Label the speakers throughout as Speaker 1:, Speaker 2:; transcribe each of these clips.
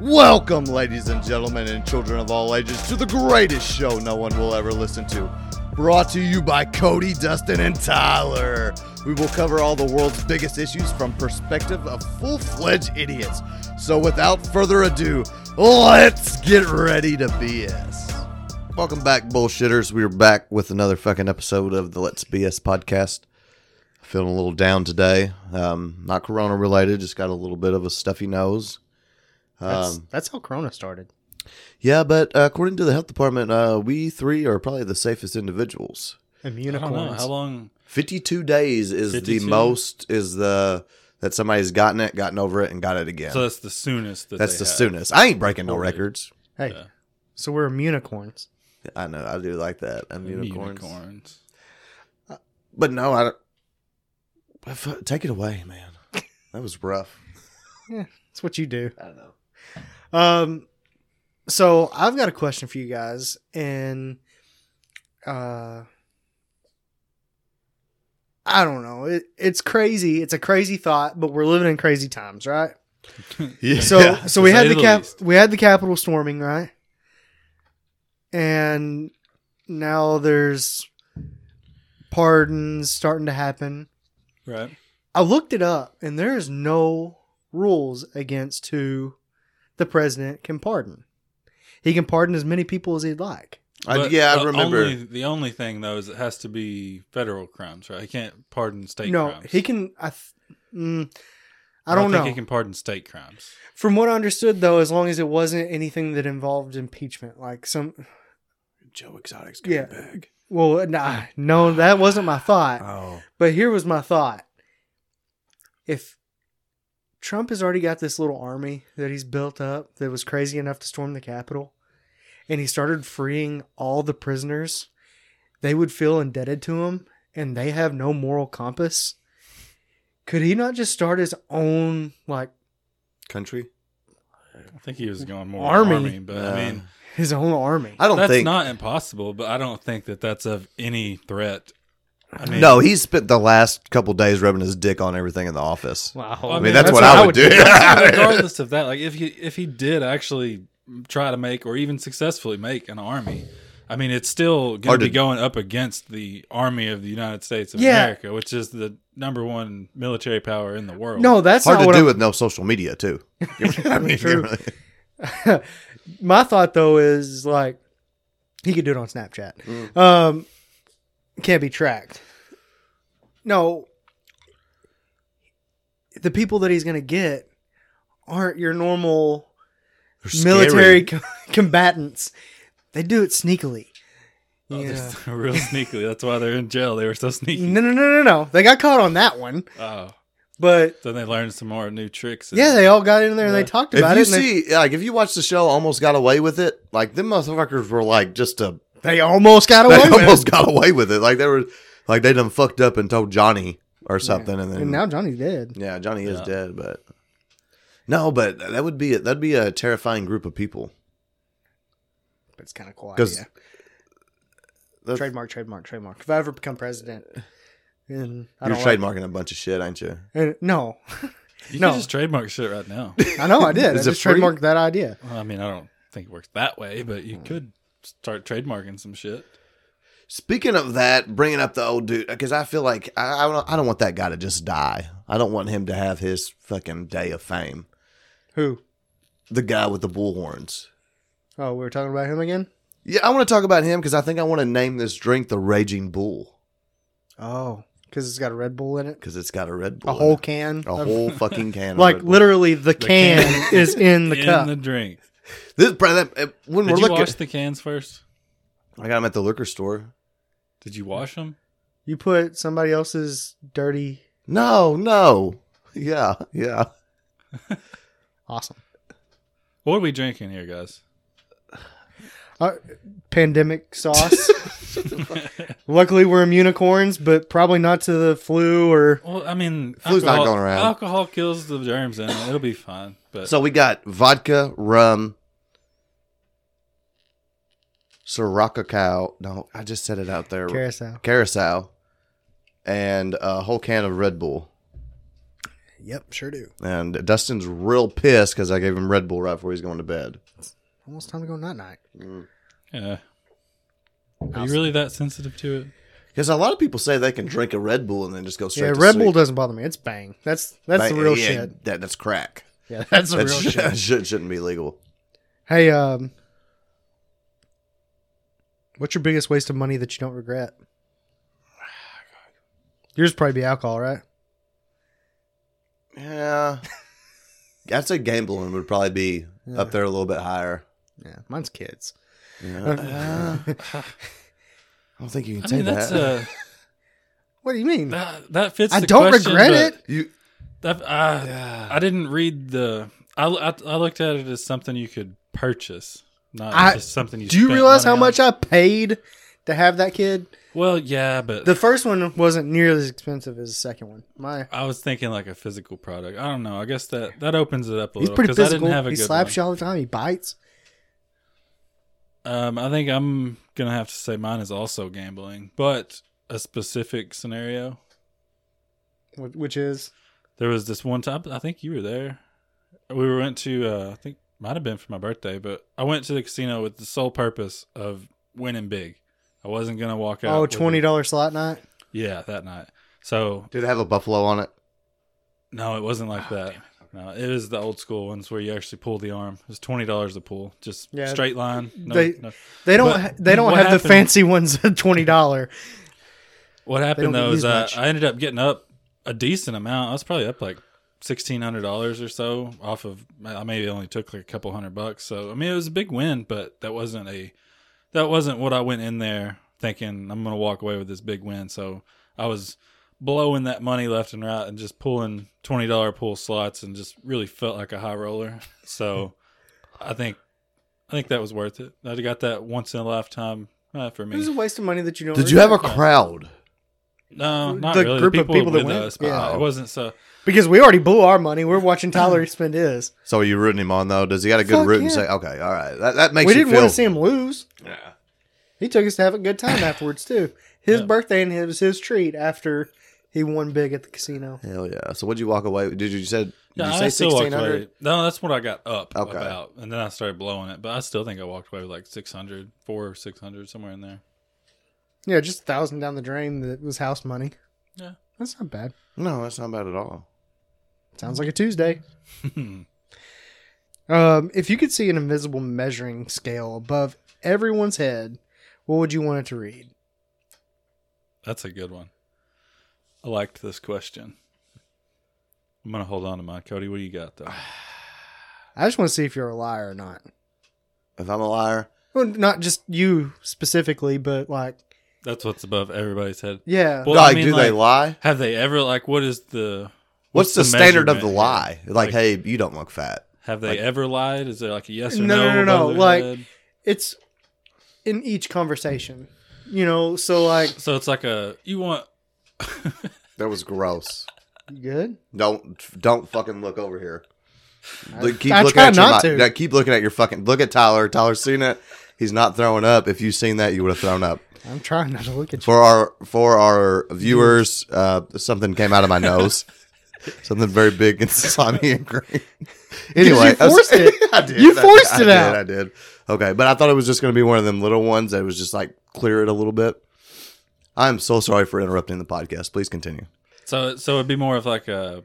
Speaker 1: Welcome, ladies and gentlemen, and children of all ages, to the greatest show no one will ever listen to. Brought to you by Cody, Dustin, and Tyler. We will cover all the world's biggest issues from perspective of full-fledged idiots. So without further ado, let's get ready to BS. Welcome back, bullshitters. We're back with another fucking episode of the Let's BS podcast. Feeling a little down today. Um, not corona related, just got a little bit of a stuffy nose.
Speaker 2: That's,
Speaker 1: Um,
Speaker 2: that's how Corona started.
Speaker 1: yeah, but uh, according to the health department, uh, we three are probably the safest individuals.
Speaker 2: Immunicorns.
Speaker 3: I don't know. How long?
Speaker 1: 52 days is
Speaker 3: 52?
Speaker 1: the most, is the that somebody's gotten it, gotten over it, and got it again.
Speaker 3: So that's the soonest. That
Speaker 1: that's
Speaker 3: they
Speaker 1: the
Speaker 3: have.
Speaker 1: soonest. I ain't breaking no
Speaker 3: Holy.
Speaker 1: records.
Speaker 2: Hey,
Speaker 3: Yeah.
Speaker 2: so we're immunicorns.
Speaker 1: I know. I do like that. I'm unicorns.
Speaker 3: Unicorns.
Speaker 1: But no, I don't. but fu- Take it away, man. That was rough.
Speaker 2: That's what you do.
Speaker 1: I know.
Speaker 2: Um, so I've got a question for you guys, and uh, I don't know. It, it's crazy. It's a crazy thought, but we're living in crazy times, right?
Speaker 1: Yeah.
Speaker 2: So so we
Speaker 3: to
Speaker 2: had
Speaker 3: say
Speaker 2: the
Speaker 3: the
Speaker 2: cap
Speaker 3: least.
Speaker 2: we had the Capitol storming, right? And now there's pardons starting to happen.
Speaker 3: Right.
Speaker 2: I looked it up and there is no rules against who the president can pardon. He can pardon as many people as he'd like.
Speaker 1: I,
Speaker 3: But
Speaker 1: yeah, I
Speaker 3: the
Speaker 1: remember.
Speaker 3: Only, the only thing though is it has to be federal crimes, right? He can't pardon state
Speaker 2: no,
Speaker 3: crimes.
Speaker 2: he can I th- mm, I don't,
Speaker 3: think
Speaker 2: know.
Speaker 3: He can pardon state crimes.
Speaker 2: From what I understood though, as long as it wasn't anything that involved impeachment, like some
Speaker 1: Joe Exotic's
Speaker 2: Yeah. well, nah, no, that wasn't my thought.
Speaker 1: Oh.
Speaker 2: But here was my thought. If Trump has already got this little army that he's built up that was crazy enough to storm the Capitol, and he started freeing all the prisoners, they would feel indebted to him and they have no moral compass. Could he not just start his own, like,
Speaker 1: Country?
Speaker 3: I think he was going more
Speaker 2: Army.
Speaker 3: army, but
Speaker 1: Uh,
Speaker 3: I mean
Speaker 2: his own army?
Speaker 1: I don't
Speaker 3: that's
Speaker 1: think.
Speaker 3: not impossible. But I don't think that that's of any threat. I mean,
Speaker 1: no, he spent the last couple days rubbing his dick on everything in the office.
Speaker 2: Wow.
Speaker 3: I
Speaker 1: I
Speaker 3: mean,
Speaker 1: mean, that's,
Speaker 3: that's
Speaker 1: what, I would do.
Speaker 3: regardless of that, like if he if he did actually try to make or even successfully make an army, I mean it's still going
Speaker 1: Hard
Speaker 3: to
Speaker 1: to-
Speaker 3: be going up against the army of the United States of
Speaker 2: Yeah.
Speaker 3: America, which is the number one military power in the world.
Speaker 2: No, that's
Speaker 1: Hard
Speaker 2: not
Speaker 1: to
Speaker 2: what
Speaker 1: do
Speaker 2: I'm-
Speaker 1: with no social media, too. I mean,
Speaker 2: True.
Speaker 1: really-
Speaker 2: my thought though is like he could do it on Snapchat.
Speaker 1: Mm.
Speaker 2: Um, can't be tracked. No, the people that he's gonna get aren't your normal
Speaker 1: They're
Speaker 2: military
Speaker 1: scary.
Speaker 2: co- combatants. They do it sneakily.
Speaker 3: Oh,
Speaker 2: Yeah.
Speaker 3: they're so- real sneaky. That's why they're in jail. They were so sneaky.
Speaker 2: No, no, no, no, no. They got caught on that one,
Speaker 3: Oh,
Speaker 2: but
Speaker 3: then they learned some more new tricks. and-
Speaker 2: yeah, they all got in there and they
Speaker 3: Yeah.
Speaker 2: talked
Speaker 1: If
Speaker 2: about
Speaker 1: you
Speaker 2: it. and
Speaker 1: see, like, if you watch the show, almost got away with it. Like, them motherfuckers were like just a
Speaker 2: they, they almost got
Speaker 1: they
Speaker 2: away. with
Speaker 1: almost
Speaker 2: it.
Speaker 1: got away with it. Like they were, like they done fucked up and told Johnny or something, and then
Speaker 2: And now Johnny's dead.
Speaker 1: yeah, Johnny is
Speaker 3: Yeah.
Speaker 1: dead. But no, but that would be that'd be a terrifying group of people.
Speaker 2: But it's kind of quiet.
Speaker 1: 'Cause
Speaker 2: yeah.
Speaker 1: That's-
Speaker 2: trademark, trademark, trademark. If I ever become president, and I
Speaker 1: You're
Speaker 2: don't like-
Speaker 1: trademarking a bunch of shit, ain't you?
Speaker 2: and- no,
Speaker 3: You
Speaker 2: No.
Speaker 3: can just trademark shit right now.
Speaker 2: I know I did.
Speaker 1: Is
Speaker 2: I
Speaker 1: it
Speaker 2: just
Speaker 1: free?
Speaker 2: trademarked that idea.
Speaker 3: well, I mean, I don't think it works that way, but
Speaker 1: Hmm.
Speaker 3: you could start trademarking some shit.
Speaker 1: Speaking of that, bringing up the old dude because I feel like I, I don't I don't want that guy to just die. I don't want him to have his fucking day of fame.
Speaker 2: Who?
Speaker 1: The guy with the bull horns.
Speaker 2: Oh, we were talking about him again.
Speaker 1: Yeah, I want to talk about him because I think I want to name this drink the Raging Bull
Speaker 2: Oh, because it's got a Red Bull in it,
Speaker 1: because it's got a Red Bull,
Speaker 2: a
Speaker 1: in
Speaker 2: whole
Speaker 1: it.
Speaker 2: can,
Speaker 1: a
Speaker 2: of-
Speaker 1: whole fucking can. of
Speaker 2: like
Speaker 1: Red Bull.
Speaker 2: literally the, can,
Speaker 3: can.
Speaker 2: is in the
Speaker 3: in
Speaker 2: cup.
Speaker 3: the drink.
Speaker 1: This bro, that, uh, when
Speaker 3: Did
Speaker 1: we're
Speaker 3: you
Speaker 1: looking,
Speaker 3: wash the cans first?
Speaker 1: I got them at the liquor store.
Speaker 3: Did you wash them?
Speaker 2: you put somebody else's dirty.
Speaker 1: No, no, yeah, yeah.
Speaker 2: Awesome.
Speaker 3: What are we drinking here, guys?
Speaker 2: Uh, pandemic sauce. Luckily, we're immunicorns, but probably not to the flu or
Speaker 3: Well, I mean,
Speaker 1: Flu's not going around.
Speaker 3: Alcohol kills the germs, and it'll be fine. But
Speaker 1: So we got vodka, rum, Sirocco cow. No, I just said it out there.
Speaker 2: carousel.
Speaker 1: Carousel, and a whole can of Red Bull.
Speaker 2: Yep, sure do.
Speaker 1: And Dustin's real pissed because I gave him Red Bull right before he's going to bed.
Speaker 2: Almost time to go night night.
Speaker 1: Mm.
Speaker 3: Yeah. Are you really that sensitive to it?
Speaker 1: Because a lot of people say they can drink a Red Bull and then just go straight.
Speaker 2: Yeah,
Speaker 1: to
Speaker 2: Red
Speaker 1: sleep.
Speaker 2: Bull doesn't bother me. It's bang. That's that's the
Speaker 1: Like,
Speaker 2: real
Speaker 1: yeah,
Speaker 2: shit.
Speaker 1: That, that's crack.
Speaker 2: Yeah, that's the
Speaker 1: That
Speaker 2: real
Speaker 1: should,
Speaker 2: shit.
Speaker 1: should, shouldn't be legal.
Speaker 2: Hey, um, what's your biggest waste of money that you don't regret? Yours would probably be alcohol, right?
Speaker 1: Yeah. I'd say gambling would probably be
Speaker 2: Yeah.
Speaker 1: up there a little bit higher.
Speaker 2: Yeah, mine's kids.
Speaker 1: Yeah. Uh, I don't think you can
Speaker 3: I
Speaker 1: take
Speaker 3: mean, that's
Speaker 1: that.
Speaker 3: uh,
Speaker 2: what do you mean?
Speaker 3: that that fits.
Speaker 2: I
Speaker 3: the
Speaker 2: don't
Speaker 3: question,
Speaker 2: regret
Speaker 3: but uh,
Speaker 2: it.
Speaker 1: you,
Speaker 3: That, I,
Speaker 1: Yeah.
Speaker 3: I didn't read the. I, I, I looked at it as something you could purchase, not
Speaker 2: I-
Speaker 3: just something you.
Speaker 2: Do you
Speaker 3: spent
Speaker 2: realize
Speaker 3: money
Speaker 2: how
Speaker 3: on.
Speaker 2: much I paid to have that kid?
Speaker 3: Well, yeah, but
Speaker 2: The first one wasn't nearly as expensive as the second one. My,
Speaker 3: I was thinking like a physical product. I don't know. I guess that that opens it up a
Speaker 2: he's
Speaker 3: little
Speaker 2: pretty
Speaker 3: because I didn't
Speaker 2: physical.
Speaker 3: have a
Speaker 2: He
Speaker 3: good
Speaker 2: slaps
Speaker 3: one.
Speaker 2: you all the time. He bites.
Speaker 3: Um, I think I'm gonna have to say mine is also gambling, but a specific scenario.
Speaker 2: Wh- Which is
Speaker 3: There was this one time. I think you were there. We went to. Uh, I think might have been for my birthday, but I went to the casino with the sole purpose of winning big. I wasn't gonna walk out.
Speaker 2: oh
Speaker 3: with a-
Speaker 2: twenty dollar slot night.
Speaker 3: Yeah, that night. So
Speaker 1: did it have a buffalo on it?
Speaker 3: no, it wasn't like that. No, it was the old school ones where you actually pull the arm. It was twenty dollars to pull, just
Speaker 2: Yeah,
Speaker 3: straight line. No,
Speaker 2: they-
Speaker 3: no.
Speaker 2: They don't.
Speaker 3: But
Speaker 2: ha- they don't
Speaker 3: what
Speaker 2: have the
Speaker 3: happened-
Speaker 2: fancy ones at twenty dollar.
Speaker 3: What
Speaker 2: don't
Speaker 3: happened though
Speaker 2: use
Speaker 3: is I,
Speaker 2: much.
Speaker 3: I ended up getting up a decent amount. I was probably up like sixteen hundred dollars or so off of. I maybe only took like a couple hundred bucks. So I mean, it was a big win, but that wasn't a that wasn't what I went in there thinking I'm gonna walk away with this big win. So I was blowing that money left and right and just pulling twenty dollar pull slots and just really felt like a high roller. So I think I think that was worth it. I got that once in a lifetime uh, for
Speaker 2: It
Speaker 3: me.
Speaker 2: was a waste of money that you don't.
Speaker 1: Did you have a
Speaker 2: regret.
Speaker 1: crowd?
Speaker 3: No, not
Speaker 2: the
Speaker 3: really.
Speaker 2: group
Speaker 3: the
Speaker 2: of
Speaker 3: people,
Speaker 2: people that
Speaker 3: with
Speaker 2: went?
Speaker 3: us. But
Speaker 2: Yeah.
Speaker 3: it wasn't so.
Speaker 2: Because we already blew our money. We're watching Tyler spend his.
Speaker 1: So are you rooting him on though? Does he got a good
Speaker 2: Fuck
Speaker 1: root and
Speaker 2: yeah.
Speaker 1: say, okay, all right, that, that makes
Speaker 2: we
Speaker 1: you
Speaker 2: didn't
Speaker 1: feel.
Speaker 2: want to see him lose.
Speaker 1: Yeah.
Speaker 2: He took us to have a good time afterwards too. His
Speaker 3: Yeah.
Speaker 2: birthday and it was his treat after he won big at the casino.
Speaker 1: Hell yeah! So what'd you walk away? with? Did you, you said? Did
Speaker 3: Yeah,
Speaker 1: you
Speaker 3: I
Speaker 1: say
Speaker 3: still walked
Speaker 1: sixteen
Speaker 3: away.
Speaker 1: hundred?
Speaker 3: with- No, that's what I got up
Speaker 1: Okay.
Speaker 3: about, and then I started blowing it. But I still think I walked away with like 600, four or six hundred somewhere in there.
Speaker 2: Yeah, just a thousand down the drain. That was house money.
Speaker 3: Yeah.
Speaker 2: that's not bad.
Speaker 1: No, that's not bad at all.
Speaker 2: Sounds like a Tuesday. Um, if you could see an invisible measuring scale above everyone's head, what would you want it to read?
Speaker 3: that's a good one. I liked this question. I'm gonna hold on to mine, Cody. What do you got though?
Speaker 2: I just want to see if you're a liar or not.
Speaker 1: If I'm a liar,
Speaker 2: Well, not just you specifically, but like,
Speaker 3: That's what's above everybody's head.
Speaker 2: yeah,
Speaker 3: Well, I
Speaker 1: like,
Speaker 3: mean,
Speaker 1: do they
Speaker 3: like-
Speaker 1: lie?
Speaker 3: Have they ever like what is the
Speaker 1: What's, the, standard of the
Speaker 3: measurement?
Speaker 1: lie? Like,
Speaker 3: Like-
Speaker 1: hey, you don't look fat.
Speaker 3: Have they
Speaker 1: Like-
Speaker 3: ever lied? Is there like a yes or
Speaker 2: No, no,
Speaker 3: no?
Speaker 2: no,
Speaker 3: above
Speaker 2: no,
Speaker 3: their
Speaker 2: like-
Speaker 3: head?
Speaker 2: it's in each conversation, you know. So like,
Speaker 3: so it's like a you want
Speaker 1: That was gross.
Speaker 2: you good?
Speaker 1: Don't don't fucking look over here. Look, keep
Speaker 2: I
Speaker 1: looking
Speaker 2: try
Speaker 1: at your
Speaker 2: not
Speaker 1: mi-
Speaker 2: to.
Speaker 1: yeah, keep looking at your fucking look at Tyler. Tyler's seen it. He's not throwing up. If you seen that, you would have thrown up.
Speaker 2: I'm trying not to look at you.
Speaker 1: For our for our viewers, uh, something came out of my nose. something very big and slimy and green. Anyway,
Speaker 2: you forced
Speaker 1: I was-
Speaker 2: it.
Speaker 1: I did.
Speaker 2: You
Speaker 1: I-
Speaker 2: forced
Speaker 1: I
Speaker 2: it
Speaker 1: did,
Speaker 2: out.
Speaker 1: I did. Okay, but I thought it was just going to be one of them little ones that was just like clear it a little bit. I'm so sorry for interrupting the podcast. Please continue.
Speaker 3: So so it'd be more of like a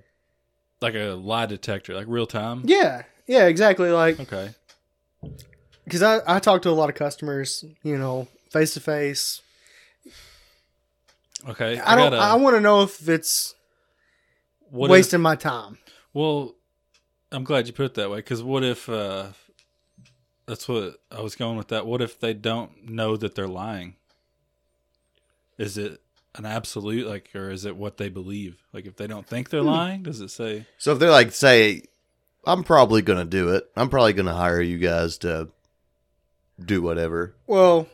Speaker 3: like a lie detector, like real time.
Speaker 2: Yeah, yeah, exactly. Like,
Speaker 3: Okay.
Speaker 2: because I, I talk to a lot of customers, you know, face to face.
Speaker 3: Okay.
Speaker 2: I don't.
Speaker 3: gotta-
Speaker 2: I want to know if it's
Speaker 3: what if-
Speaker 2: wasting my time.
Speaker 3: well, I'm glad you put it that way because what if uh, that's what I was going with that. What if they don't know that they're lying? Is it an absolute like, or is it what they believe? Like, if they don't think
Speaker 2: Hmm.
Speaker 3: they're lying, does it say?
Speaker 1: So if they're like, say, I'm probably gonna do it. I'm probably gonna hire you guys to do whatever.
Speaker 2: Well,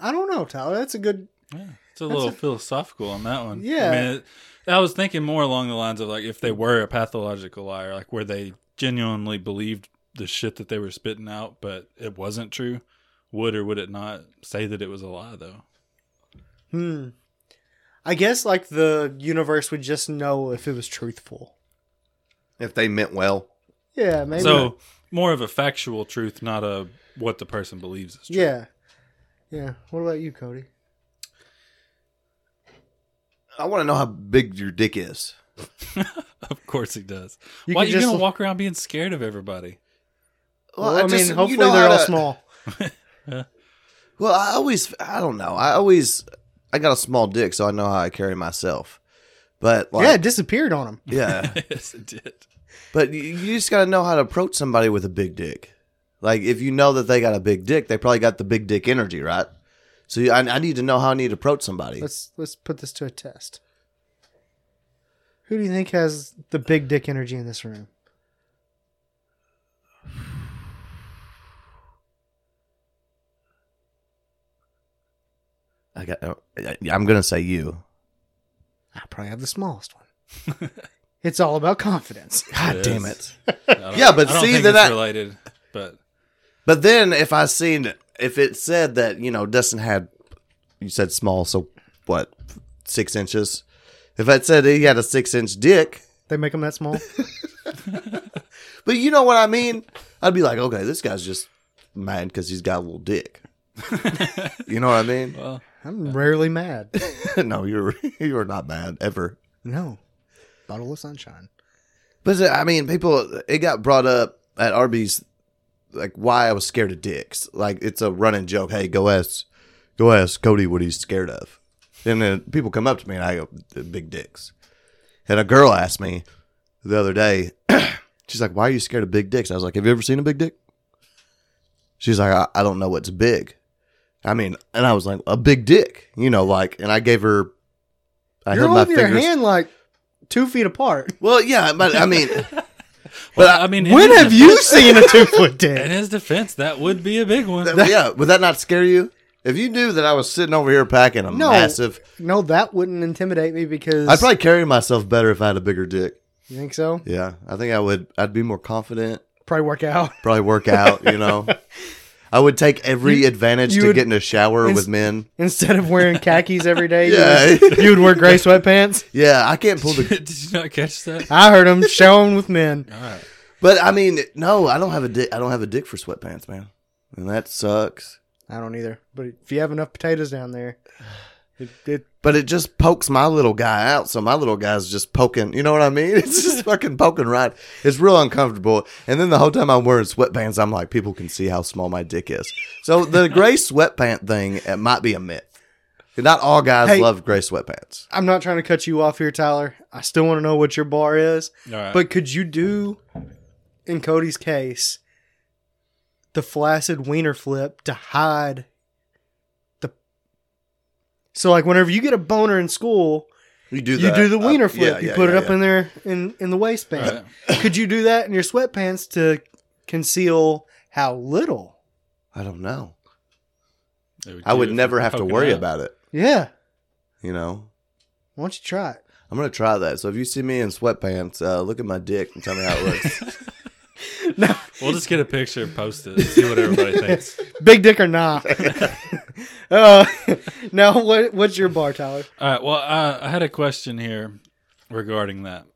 Speaker 2: I don't know, Tyler. That's a good.
Speaker 3: Yeah, it's a
Speaker 2: That's
Speaker 3: little
Speaker 2: a-
Speaker 3: philosophical on that one.
Speaker 2: Yeah.
Speaker 3: I, mean, it, I was thinking more along the lines of like if they were a pathological liar, like where they genuinely believed the shit that they were spitting out, but it wasn't true. Would or would it not say that it was a lie though?
Speaker 2: Hmm. I guess like the universe would just know if it was truthful.
Speaker 1: If they meant well.
Speaker 2: Yeah, maybe.
Speaker 3: So more of a factual truth, not a what the person believes is true.
Speaker 2: yeah, yeah. What about you, Cody?
Speaker 1: I want to know how big your dick is.
Speaker 3: Of course he does.
Speaker 2: You
Speaker 3: Why are
Speaker 2: could
Speaker 3: you
Speaker 2: just-
Speaker 3: gonna walk around being scared of everybody?
Speaker 2: Well, I, mean,
Speaker 1: just- you
Speaker 2: hopefully
Speaker 1: know
Speaker 2: they're
Speaker 1: how
Speaker 2: all
Speaker 1: to-
Speaker 2: small.
Speaker 1: Well, I always, I don't know. I always, I got a small dick, so I know how I carry myself. But
Speaker 2: yeah, it
Speaker 1: like,
Speaker 2: disappeared on them.
Speaker 1: yeah,
Speaker 3: yes, it did.
Speaker 1: But you- you just got to know how to approach somebody with a big dick. Like if you know that they got a big dick, they probably got the big dick energy, right? So you, I, I need to know how I need to approach somebody.
Speaker 2: Let's let's put this to a test. Who do you think has the big dick energy in this room?
Speaker 1: I got. I- I'm gonna say you.
Speaker 2: I probably have the smallest one. it's all about confidence.
Speaker 1: God
Speaker 3: Yes.
Speaker 1: damn it!
Speaker 3: I don't-
Speaker 1: Yeah, but
Speaker 3: I don't
Speaker 1: see,
Speaker 3: think
Speaker 1: then
Speaker 3: it's
Speaker 1: I-
Speaker 3: related. But
Speaker 1: But then if I seen if it said that you know Dustin had, you said small, so what, six inches? If I said he had a six inch dick,
Speaker 2: They make them that small.
Speaker 1: but you know what I mean, I'd be like, okay, this guy's just mad because he's got a little dick. you know what I mean?
Speaker 3: well,
Speaker 2: I'm rarely mad.
Speaker 1: no, you're you're not mad ever.
Speaker 2: No, bottle of sunshine.
Speaker 1: But I mean, people, it got brought up at Arby's, like why I was scared of dicks. Like it's a running joke. Hey, go ask, go ask Cody what he's scared of. And then people come up to me and I go, big dicks. And a girl asked me the other day, she's like, why are you scared of big dicks? I was like, have you ever seen a big dick? She's like, I, I don't know what's big. I mean, and I was like, a big dick, you know, like, and I gave her, I
Speaker 2: You're
Speaker 1: held my
Speaker 2: holding your
Speaker 1: fingers.
Speaker 2: hand like two feet apart.
Speaker 1: Well, yeah, but I mean,
Speaker 3: but I, mean, in
Speaker 2: When
Speaker 3: his
Speaker 2: have
Speaker 3: def-
Speaker 2: you seen a two foot
Speaker 3: In
Speaker 2: dick?
Speaker 3: his defense, that would be a big one.
Speaker 1: That- yeah, would that not scare you? If you knew that I was sitting over here packing a
Speaker 2: No.
Speaker 1: massive,
Speaker 2: No, that wouldn't intimidate me because
Speaker 1: I'd probably carry myself better if I had a bigger dick.
Speaker 2: you think so.
Speaker 1: Yeah, I think I would. I'd be more confident.
Speaker 2: Probably work out.
Speaker 1: Probably work out. You know, I would take every advantage
Speaker 2: you
Speaker 1: to
Speaker 2: would-
Speaker 1: get in a shower
Speaker 2: ins-
Speaker 1: with men.
Speaker 2: Instead of wearing khakis every day,
Speaker 1: Yeah.
Speaker 2: you, would, you would wear gray sweatpants.
Speaker 1: Yeah, I can't pull the.
Speaker 3: Did you not catch that?
Speaker 2: I heard him showing with men.
Speaker 3: All right.
Speaker 1: but I mean, no, I don't have a dick. I don't have a dick for sweatpants, man, and that sucks.
Speaker 2: I don't either. But if you have enough potatoes down there, it, it,
Speaker 1: But it just pokes my little guy out, so my little guy's just poking. You know what I mean? It's just fucking poking right. It's real uncomfortable. And then the whole time I'm wearing sweatpants, I'm like, people can see how small my dick is. So the gray sweatpant thing, it might be a myth. Not all guys
Speaker 2: Hey.
Speaker 1: love gray sweatpants.
Speaker 2: I'm not trying to cut you off here, Tyler. I still want to know what your bar is.
Speaker 3: All right.
Speaker 2: But could you do, in Cody's case, the flaccid wiener flip to hide the? So like whenever you get a boner in school,
Speaker 1: You do
Speaker 2: you do the
Speaker 3: Uh,
Speaker 2: wiener flip. you put it up in there in in the waistband. Could you do that in your sweatpants to conceal how little?
Speaker 1: I don't know.
Speaker 3: It
Speaker 1: I would
Speaker 3: do if
Speaker 1: never
Speaker 3: you're
Speaker 1: have to
Speaker 3: poking
Speaker 1: worry
Speaker 3: out.
Speaker 1: about it.
Speaker 2: Yeah,
Speaker 1: You know,
Speaker 2: why don't you try it?
Speaker 1: I'm gonna try that. So if you see me in sweatpants, uh, look at my dick and tell me how it looks.
Speaker 3: We'll just get a picture and post it. and See what everybody thinks.
Speaker 2: Big dick or not? uh, now what? What's your bar, Tyler?
Speaker 3: All right. Well, uh, I, I had a question here regarding that.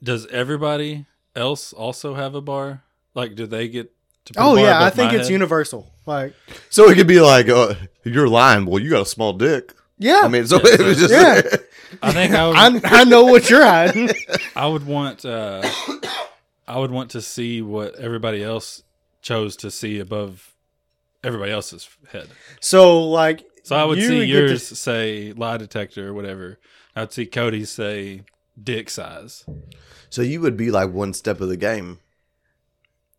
Speaker 3: Does everybody else also have a bar? Like, do they get to? put a
Speaker 2: Oh
Speaker 3: bar
Speaker 2: yeah, I
Speaker 3: above
Speaker 2: think
Speaker 3: my
Speaker 2: it's
Speaker 3: head?
Speaker 2: universal. Like
Speaker 1: so it could be like, uh, you're lying. Well, you got a small dick.
Speaker 2: yeah,
Speaker 1: I mean, so it was just
Speaker 2: Yeah.
Speaker 3: I think I would,
Speaker 2: I, I know what you're hiding.
Speaker 3: I would want uh, I would want to see what everybody else chose to see above everybody else's head.
Speaker 2: So, like,
Speaker 3: So I would
Speaker 2: You
Speaker 3: see
Speaker 2: would get to-
Speaker 3: yours say lie detector or whatever. I'd see Cody's say dick size.
Speaker 1: So you would be like one step of the game.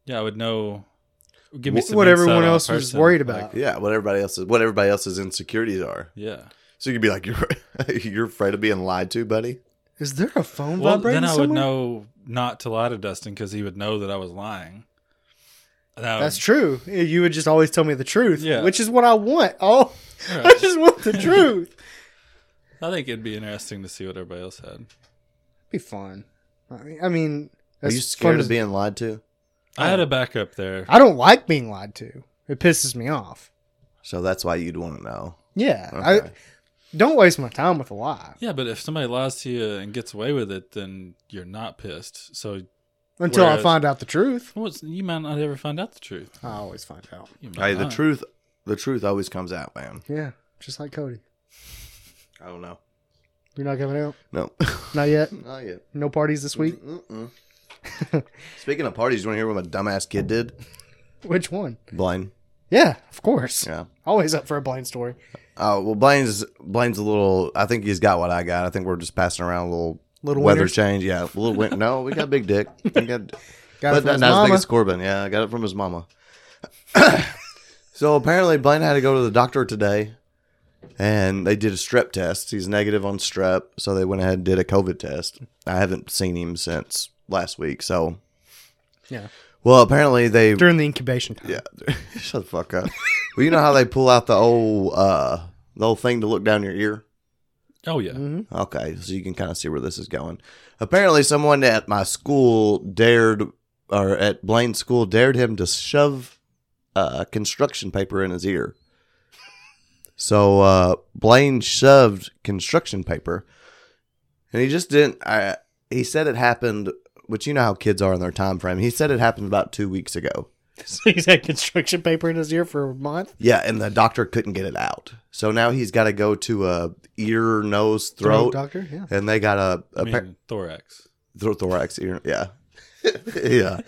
Speaker 3: Yeah, I would know. Give me
Speaker 2: Wh-
Speaker 3: some
Speaker 2: what
Speaker 3: insight
Speaker 2: everyone
Speaker 3: on a
Speaker 2: else was
Speaker 3: person.
Speaker 2: worried
Speaker 3: Like,
Speaker 2: about.
Speaker 1: Yeah, what everybody else's what everybody else's insecurities are.
Speaker 3: yeah.
Speaker 1: So you could be like, you're you're afraid of being lied to, buddy.
Speaker 2: is there a phone
Speaker 3: Well,
Speaker 2: vibrating
Speaker 3: then I would
Speaker 2: somewhere?
Speaker 3: know not to lie to Dustin because he would know that I was lying. And I
Speaker 2: That's
Speaker 3: would-
Speaker 2: true. You would just always tell me the truth,
Speaker 3: Yeah.
Speaker 2: which is what I want. Oh,
Speaker 3: Yeah.
Speaker 2: I just want the truth.
Speaker 3: I think it'd be interesting to see what everybody else had.
Speaker 2: Be fun. I mean, I mean
Speaker 1: are
Speaker 2: that's
Speaker 1: you scared
Speaker 2: fun
Speaker 1: of
Speaker 2: to-
Speaker 1: being lied to?
Speaker 2: Oh.
Speaker 3: I had a backup there.
Speaker 2: I don't like being lied to. It pisses me off.
Speaker 1: So that's why you'd want to know.
Speaker 2: Yeah,
Speaker 1: Okay.
Speaker 2: I Don't waste my time with a lie
Speaker 3: Yeah, but if somebody lies to you and gets away with it, then you're not pissed. So
Speaker 2: until I
Speaker 3: Whereas-
Speaker 2: find out the truth.
Speaker 3: what's, you might not ever find out the truth.
Speaker 2: I always find out.
Speaker 3: You might
Speaker 1: Hey, the
Speaker 3: not.
Speaker 1: truth, the truth always comes out, man.
Speaker 2: Yeah, just like Cody.
Speaker 1: I don't know.
Speaker 2: You're not coming out?
Speaker 1: No,
Speaker 2: Not yet?
Speaker 1: not yet.
Speaker 2: No parties this week?
Speaker 1: Mm-mm. Speaking of parties, you want to hear what my dumbass kid did?
Speaker 2: Which one?
Speaker 1: Blaine.
Speaker 2: Yeah, of course.
Speaker 1: Yeah.
Speaker 2: Always up for a blind story.
Speaker 1: Uh, well, Blaine's Blaine's a little. I think he's got what I got. I think we're just passing around a little
Speaker 2: Little
Speaker 1: weather
Speaker 2: wieners.
Speaker 1: change. Yeah, a little win- No, we got big dick. We got
Speaker 2: Got
Speaker 1: but
Speaker 2: it
Speaker 1: not,
Speaker 2: from his
Speaker 1: not as big
Speaker 2: mama.
Speaker 1: as Corbin. Yeah, I got it from his mama. so apparently, Blaine had to go to the doctor today, and they did a strep test. He's negative on strep, so they went ahead and did a COVID test. I haven't seen him since last week. So
Speaker 2: Yeah.
Speaker 1: Well, apparently they
Speaker 2: During the incubation time.
Speaker 1: yeah. Shut the fuck up. well, you know how they pull out the old uh the old thing to look down your ear.
Speaker 3: Oh yeah.
Speaker 1: Mm.
Speaker 2: Mhm.
Speaker 1: Okay, so you can kind of see where this is going. Apparently, someone at my school dared, or at Blaine's school, dared him to shove uh, construction paper in his ear. So uh, Blaine shoved construction paper, and he just didn't. I, he said it happened, which you know how kids are in their time frame. He said it happened about two weeks ago.
Speaker 2: So he's had construction paper in his ear for a month?
Speaker 1: Yeah, and the doctor couldn't get it out. So now he's got to go to a ear, nose, throat,
Speaker 2: Doctor, yeah.
Speaker 1: and they got a,
Speaker 3: I
Speaker 1: a
Speaker 3: mean,
Speaker 1: pa-
Speaker 3: thorax.
Speaker 1: throat thorax ear yeah yeah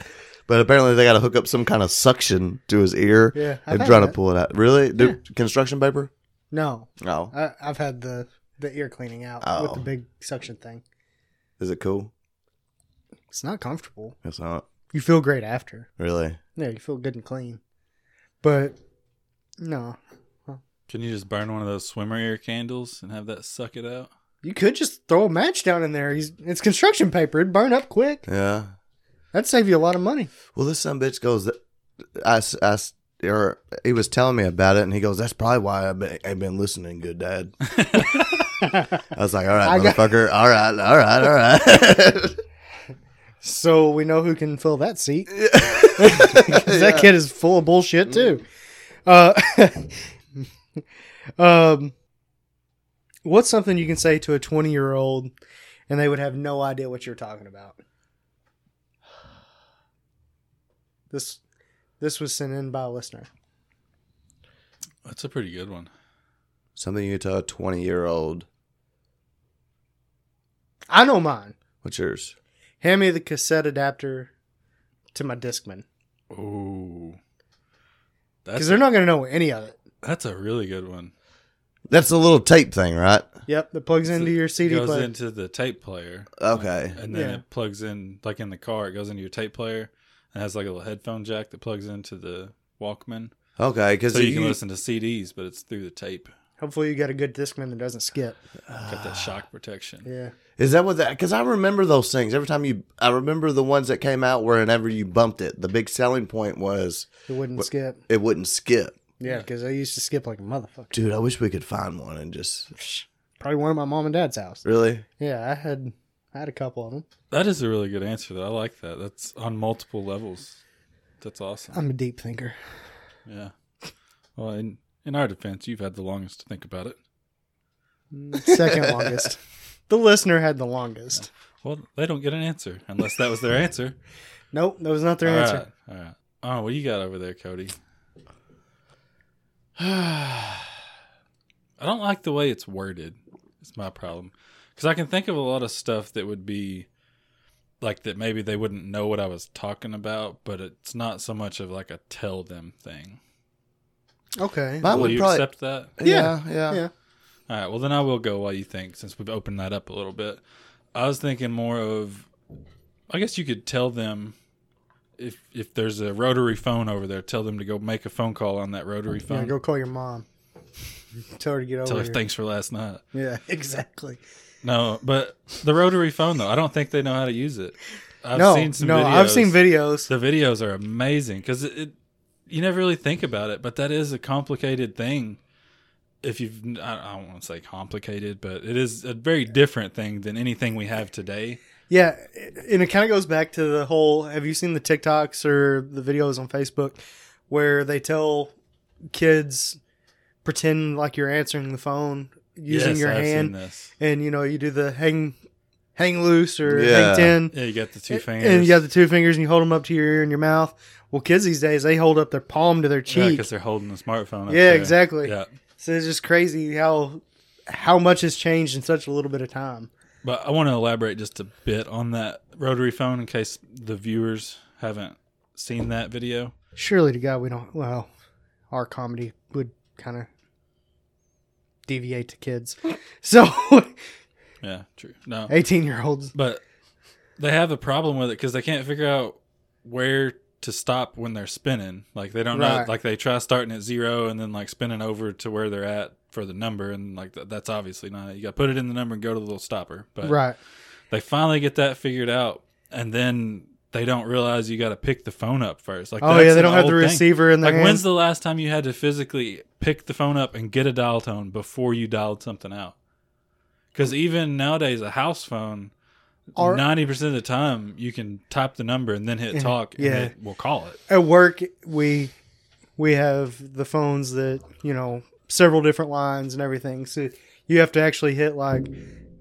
Speaker 1: but apparently they got to hook up some kind of suction to his ear
Speaker 2: Yeah. I've
Speaker 1: and
Speaker 2: had
Speaker 1: try to
Speaker 2: that.
Speaker 1: pull it out really Do, construction paper
Speaker 2: No,
Speaker 1: no
Speaker 2: I, I've had the, the ear cleaning out with the
Speaker 1: Oh.
Speaker 2: big suction thing.
Speaker 1: is it cool
Speaker 2: It's not comfortable.
Speaker 1: it's not
Speaker 2: You feel great after.
Speaker 1: really
Speaker 2: Yeah, you feel good and clean. But no,
Speaker 3: Can you just burn one of those swimmer ear candles and have that suck it out?
Speaker 2: you could just throw a match down in there. He's, it's construction paper. It'd burn up quick.
Speaker 1: yeah
Speaker 2: That'd save you a lot of money.
Speaker 1: well this son of a bitch goes I, s- I s- or he was telling me about it and he goes that's probably why i've been, I've been listening good dad i was like all right
Speaker 2: I got-
Speaker 1: motherfucker all right all right all right
Speaker 2: So we know who can fill that seat.
Speaker 1: Yeah.
Speaker 2: 'Cause that kid is full of bullshit
Speaker 3: Mm.
Speaker 2: too. Uh, um, what's something you can say to a twenty-year-old, and they would have no idea what you're talking about? This, this was sent in by a listener.
Speaker 3: That's a pretty good one.
Speaker 1: something you tell a 20 year old
Speaker 2: I know mine.
Speaker 1: what's yours
Speaker 2: Hand me the cassette adapter to my Discman
Speaker 3: Oh,
Speaker 2: because
Speaker 3: that's
Speaker 2: they're not going to know any of it.
Speaker 3: that's a really good one.
Speaker 1: That's the little tape thing, right?
Speaker 2: Yep, that plugs into your CD
Speaker 3: goes
Speaker 2: player.
Speaker 3: into the tape player.
Speaker 1: Okay.
Speaker 3: and then
Speaker 2: Yeah.
Speaker 3: it plugs in like in the car. It goes into your tape player and has like a little headphone jack that plugs into the Walkman,
Speaker 1: Okay, because
Speaker 3: so you can listen to CDs, but it's through the tape.
Speaker 2: Hopefully, you got a good Discman that doesn't skip.
Speaker 3: Uh, Got that shock protection.
Speaker 2: Yeah.
Speaker 1: is that what that? Because I remember those things every time you. I remember the ones that came out wherenever you bumped it. The big selling point was
Speaker 2: It wouldn't
Speaker 1: What-
Speaker 2: skip.
Speaker 1: it wouldn't skip.
Speaker 2: Yeah, because I used to skip like a motherfucker.
Speaker 1: Dude, I wish we could find one and just
Speaker 2: Probably one at my mom and dad's house.
Speaker 1: really.
Speaker 2: Yeah, I had I had a couple of them.
Speaker 3: That is a really good answer. Though I like that. That's on multiple levels. That's awesome.
Speaker 2: I'm a deep thinker.
Speaker 3: yeah. Well, in in our defense, you've had the longest to think about it.
Speaker 2: Mm, Second longest. The listener had the longest.
Speaker 3: Well, they don't get an answer unless that was their answer.
Speaker 2: Nope, that was not their
Speaker 3: All
Speaker 2: answer.
Speaker 3: right, all right. Oh, what do you got over there, Cody? I don't like the way it's worded. It's my problem because I can think of a lot of stuff that would be like that. Maybe they wouldn't know what I was talking about, but it's not so much of like a tell them thing.
Speaker 2: Okay.
Speaker 1: I
Speaker 3: will
Speaker 1: would
Speaker 3: you
Speaker 1: probably-
Speaker 3: accept that?
Speaker 2: Yeah,
Speaker 1: yeah.
Speaker 2: yeah.
Speaker 3: All right. Well, then I will go while you think, since we've opened that up a little bit. I was thinking more of, I guess you could tell them if if there's a rotary phone over there, tell them to go make a phone call on that rotary
Speaker 2: Yeah,
Speaker 3: phone.
Speaker 2: go call your mom. Tell her to get over
Speaker 3: tell her
Speaker 2: here.
Speaker 3: thanks for last night.
Speaker 2: Yeah, exactly.
Speaker 3: No, but the rotary phone though, I don't think they know how to use it. I've
Speaker 2: no,
Speaker 3: seen some
Speaker 2: no,
Speaker 3: videos.
Speaker 2: I've seen videos.
Speaker 3: The videos are amazing because it, it, you never really think about it, but that is a complicated thing. If you've, I I don't want to say complicated, but it is a very different thing than anything we have today.
Speaker 2: Yeah, and it kind of goes back to the whole have you seen the TikToks or the videos on Facebook where they tell kids pretend like you're answering the phone using
Speaker 3: Yes,
Speaker 2: your
Speaker 3: I've seen
Speaker 2: hand,
Speaker 3: this.
Speaker 2: and you know you do the hang, hang loose or
Speaker 1: Yeah.
Speaker 2: hang ten.
Speaker 3: Yeah, you got the two
Speaker 2: And-
Speaker 3: fingers.
Speaker 2: And you got the two fingers and you hold them up to your ear and your mouth. Well, kids these days, they hold up their palm to their cheek.
Speaker 3: because they're holding the smartphone. Up
Speaker 2: Yeah,
Speaker 3: there.
Speaker 2: exactly.
Speaker 3: Yeah,
Speaker 2: so it's just crazy how how much has changed in such a little bit of time.
Speaker 3: but I want to elaborate just a bit on that rotary phone in case the viewers haven't seen that video.
Speaker 2: Surely to God, we don't, well, our comedy would kind of deviate to kids. So
Speaker 3: Yeah, true. No,
Speaker 2: 18 year olds.
Speaker 3: but they have a problem with it because they can't figure out where to stop when they're spinning. Like they don't know.
Speaker 2: Right.
Speaker 3: Like they try starting at zero and then like spinning over to where they're at for the number, and like th- that's obviously not. it. You got to put it in the number and go to the little stopper. But
Speaker 2: Right.
Speaker 3: they finally get that figured out, and then they don't realize you got to pick the phone up first. Like
Speaker 2: Oh,
Speaker 3: that's
Speaker 2: yeah, they
Speaker 3: an
Speaker 2: don't have
Speaker 3: old
Speaker 2: the
Speaker 3: thing.
Speaker 2: receiver in their
Speaker 3: Like
Speaker 2: hand.
Speaker 3: when's the last time you had to physically pick the phone up and get a dial tone before you dialed something out? Because even nowadays, a house phone,
Speaker 2: Or-
Speaker 3: ninety percent of the time, you can type the number and then hit talk,
Speaker 2: yeah.
Speaker 3: and it will call it.
Speaker 2: At work, we we have the phones that, you know, several different lines and everything. So you have to actually hit, like,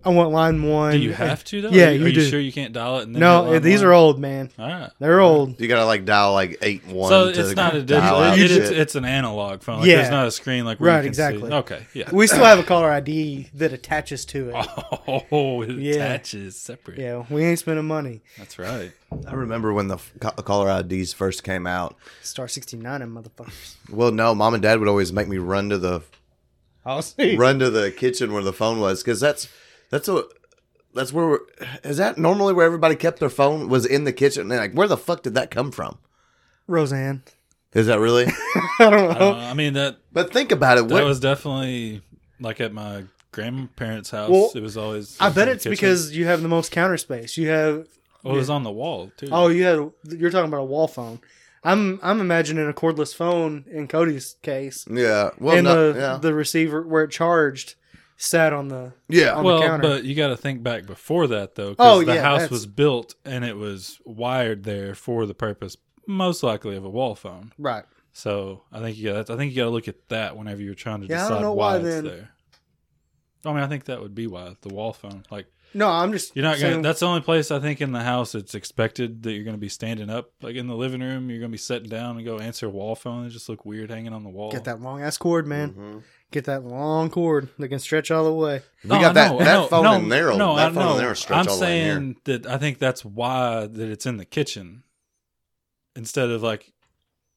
Speaker 2: I want line one.
Speaker 3: Do you have to though?
Speaker 2: Yeah,
Speaker 3: are you,
Speaker 2: you
Speaker 3: are you
Speaker 2: do.
Speaker 3: sure you can't dial it? And then hit
Speaker 2: No, eh,
Speaker 3: line
Speaker 2: these
Speaker 3: one?
Speaker 2: are old, man.
Speaker 3: All right.
Speaker 2: They're old.
Speaker 1: You gotta like dial like eight one.
Speaker 3: So
Speaker 1: to
Speaker 3: it's not a digital.
Speaker 1: dial out
Speaker 3: It, it's,
Speaker 1: shit.
Speaker 3: it's an analog phone. Like,
Speaker 2: Yeah.
Speaker 3: There's not a screen like where you
Speaker 2: Right,
Speaker 3: can see-
Speaker 2: exactly.
Speaker 3: Okay. Yeah.
Speaker 2: We still have a caller ID that attaches to it.
Speaker 3: Oh, it
Speaker 2: Yeah.
Speaker 3: attaches separate.
Speaker 2: Yeah, we ain't spending money.
Speaker 3: That's right.
Speaker 1: I remember when the f- co- caller IDs first came out.
Speaker 2: Star sixty nine and motherfuckers.
Speaker 1: Well, no, mom and dad would always make me run to the
Speaker 2: I'll see.
Speaker 1: run to the kitchen where the phone was because that's that's what that's where we're, is that normally where everybody kept their phone was in the kitchen. And like, where the fuck did that come from?
Speaker 2: Roseanne.
Speaker 1: Is that really?
Speaker 2: I don't know.
Speaker 3: Uh, I mean that
Speaker 1: but think about it.
Speaker 3: that
Speaker 1: What,
Speaker 3: was definitely like at my grandparents' house.
Speaker 2: Well,
Speaker 3: it was always.
Speaker 2: I bet
Speaker 3: in the
Speaker 2: it's
Speaker 3: kitchen.
Speaker 2: because you have the most counter space. You have
Speaker 3: Well, it was on the wall too.
Speaker 2: oh, you had you're talking about a wall phone. I'm I'm imagining a cordless phone in Cody's case,
Speaker 1: yeah. Well,
Speaker 2: and
Speaker 1: no,
Speaker 2: the
Speaker 1: yeah.
Speaker 2: the receiver where it charged sat on the
Speaker 1: yeah.
Speaker 2: on the
Speaker 3: well,
Speaker 2: counter.
Speaker 3: but you got to think back before that though. 'cause
Speaker 2: Oh,
Speaker 3: the
Speaker 2: yeah,
Speaker 3: house
Speaker 2: that's-
Speaker 3: was built and it was wired there for the purpose, most likely of a wall phone.
Speaker 2: right.
Speaker 3: So I think you got. I think you got to look at that whenever you're trying to
Speaker 2: Yeah, I don't
Speaker 3: decide
Speaker 2: know
Speaker 3: why,
Speaker 2: why
Speaker 3: it's
Speaker 2: then.
Speaker 3: there. I mean, I think that would be why the wall phone, like.
Speaker 2: No, I'm just
Speaker 3: You're not
Speaker 2: saying-
Speaker 3: gonna. That's the only place I think in the house it's expected that you're gonna be standing up, like in the living room. You're gonna be sitting down and go answer a wall phone. It just look weird hanging on the wall.
Speaker 2: get that long ass cord, man.
Speaker 1: Mm. Mm-hmm.
Speaker 2: Get that long cord that can stretch all the way.
Speaker 1: We
Speaker 3: No, I
Speaker 1: got that,
Speaker 3: know, I
Speaker 1: that
Speaker 3: know.
Speaker 1: phone
Speaker 3: No,
Speaker 1: in there. will-
Speaker 3: no,
Speaker 1: that
Speaker 3: I
Speaker 1: phone
Speaker 3: know.
Speaker 1: in there will stretch
Speaker 3: I'm
Speaker 1: all the way in here.
Speaker 3: saying that I think that's why that it's in the kitchen instead of like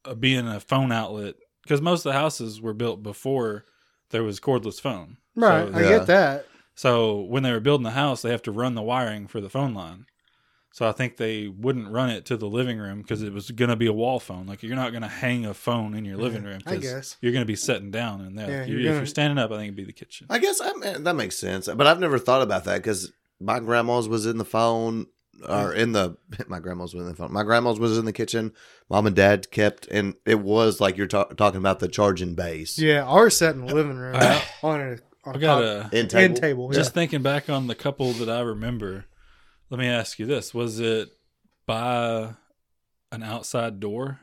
Speaker 3: uh, being a phone outlet because most of the houses were built before there was cordless phone.
Speaker 2: Right,
Speaker 3: So,
Speaker 2: I
Speaker 1: yeah.
Speaker 2: get that.
Speaker 3: so when they were building the house, they have to run the wiring for the phone line. So I think they wouldn't run it to the living room because it was going to be a wall phone. Like you're not going to hang a phone in your living room.
Speaker 2: I
Speaker 3: 'cause
Speaker 2: guess.
Speaker 3: you're going to be sitting down in there.
Speaker 2: Yeah,
Speaker 3: You-
Speaker 2: you're
Speaker 3: if
Speaker 2: gonna-
Speaker 3: you're standing up, I think it'd be the kitchen.
Speaker 1: I guess I mean, that makes sense, but I've never thought about that because my grandma's was in the phone or in the my grandma's was in the phone. My grandma's was in the kitchen. Mom and dad kept, and it was like you're ta- talking about the charging base.
Speaker 2: Yeah, ours sat in the living room
Speaker 3: I-
Speaker 2: on a on
Speaker 3: I
Speaker 2: a
Speaker 3: got
Speaker 2: top-
Speaker 3: to
Speaker 1: End table.
Speaker 2: end table. yeah.
Speaker 3: just thinking back on the couple that I remember. Let me ask you this: Was it by an outside door?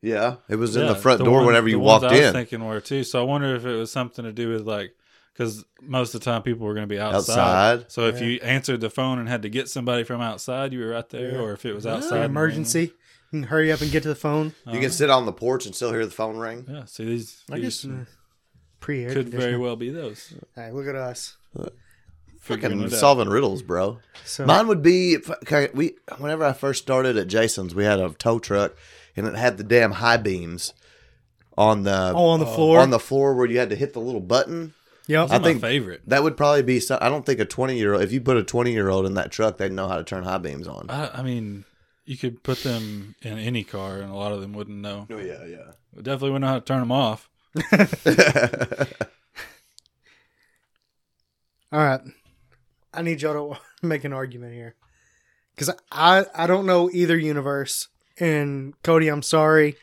Speaker 1: Yeah, it was in
Speaker 3: Yeah,
Speaker 1: the front door
Speaker 3: ones-
Speaker 1: whenever
Speaker 3: the
Speaker 1: you
Speaker 3: ones
Speaker 1: walked
Speaker 3: I was
Speaker 1: in.
Speaker 3: thinking were too. So I wonder if it was something to do with like because most of the time people were going to be outside.
Speaker 1: Outside.
Speaker 3: So if
Speaker 2: Yeah.
Speaker 3: you answered the phone and had to get somebody from outside, you were right there.
Speaker 2: Yeah.
Speaker 3: Or if it was
Speaker 1: Yeah.
Speaker 3: outside, in
Speaker 2: an
Speaker 3: the
Speaker 2: emergency. You can hurry up and get to the phone.
Speaker 3: rain.
Speaker 1: You
Speaker 3: Uh,
Speaker 1: can sit on the porch and still hear the phone ring.
Speaker 3: Yeah. See these.
Speaker 1: I
Speaker 3: these
Speaker 1: guess
Speaker 2: Pre air
Speaker 3: could
Speaker 2: uh,
Speaker 3: very
Speaker 2: conditioning.
Speaker 3: well be those.
Speaker 2: Hey, look at us.
Speaker 3: Figuring
Speaker 1: fucking
Speaker 3: it out.
Speaker 1: solving riddles, bro.
Speaker 2: So
Speaker 1: Mine would be if- okay, we. Whenever I first started at Jason's, we had a tow truck, and it had the damn high beams on the uh,
Speaker 2: oh, on the floor.
Speaker 1: on the floor where you had to hit the little button.
Speaker 2: yep.
Speaker 3: Those are
Speaker 1: I
Speaker 3: my
Speaker 1: think-
Speaker 3: favorite.
Speaker 1: That would probably be. Some, I don't think a twenty year old. If you put a twenty year old in that truck, they'd know how to turn high beams on.
Speaker 3: I, I mean, you could put them in any car, and a lot of them wouldn't know.
Speaker 1: Oh yeah, yeah.
Speaker 3: Definitely wouldn't know how to turn them off.
Speaker 2: All right. I need y'all to make an argument here. Because I, I don't know either universe. And Cody, I'm sorry.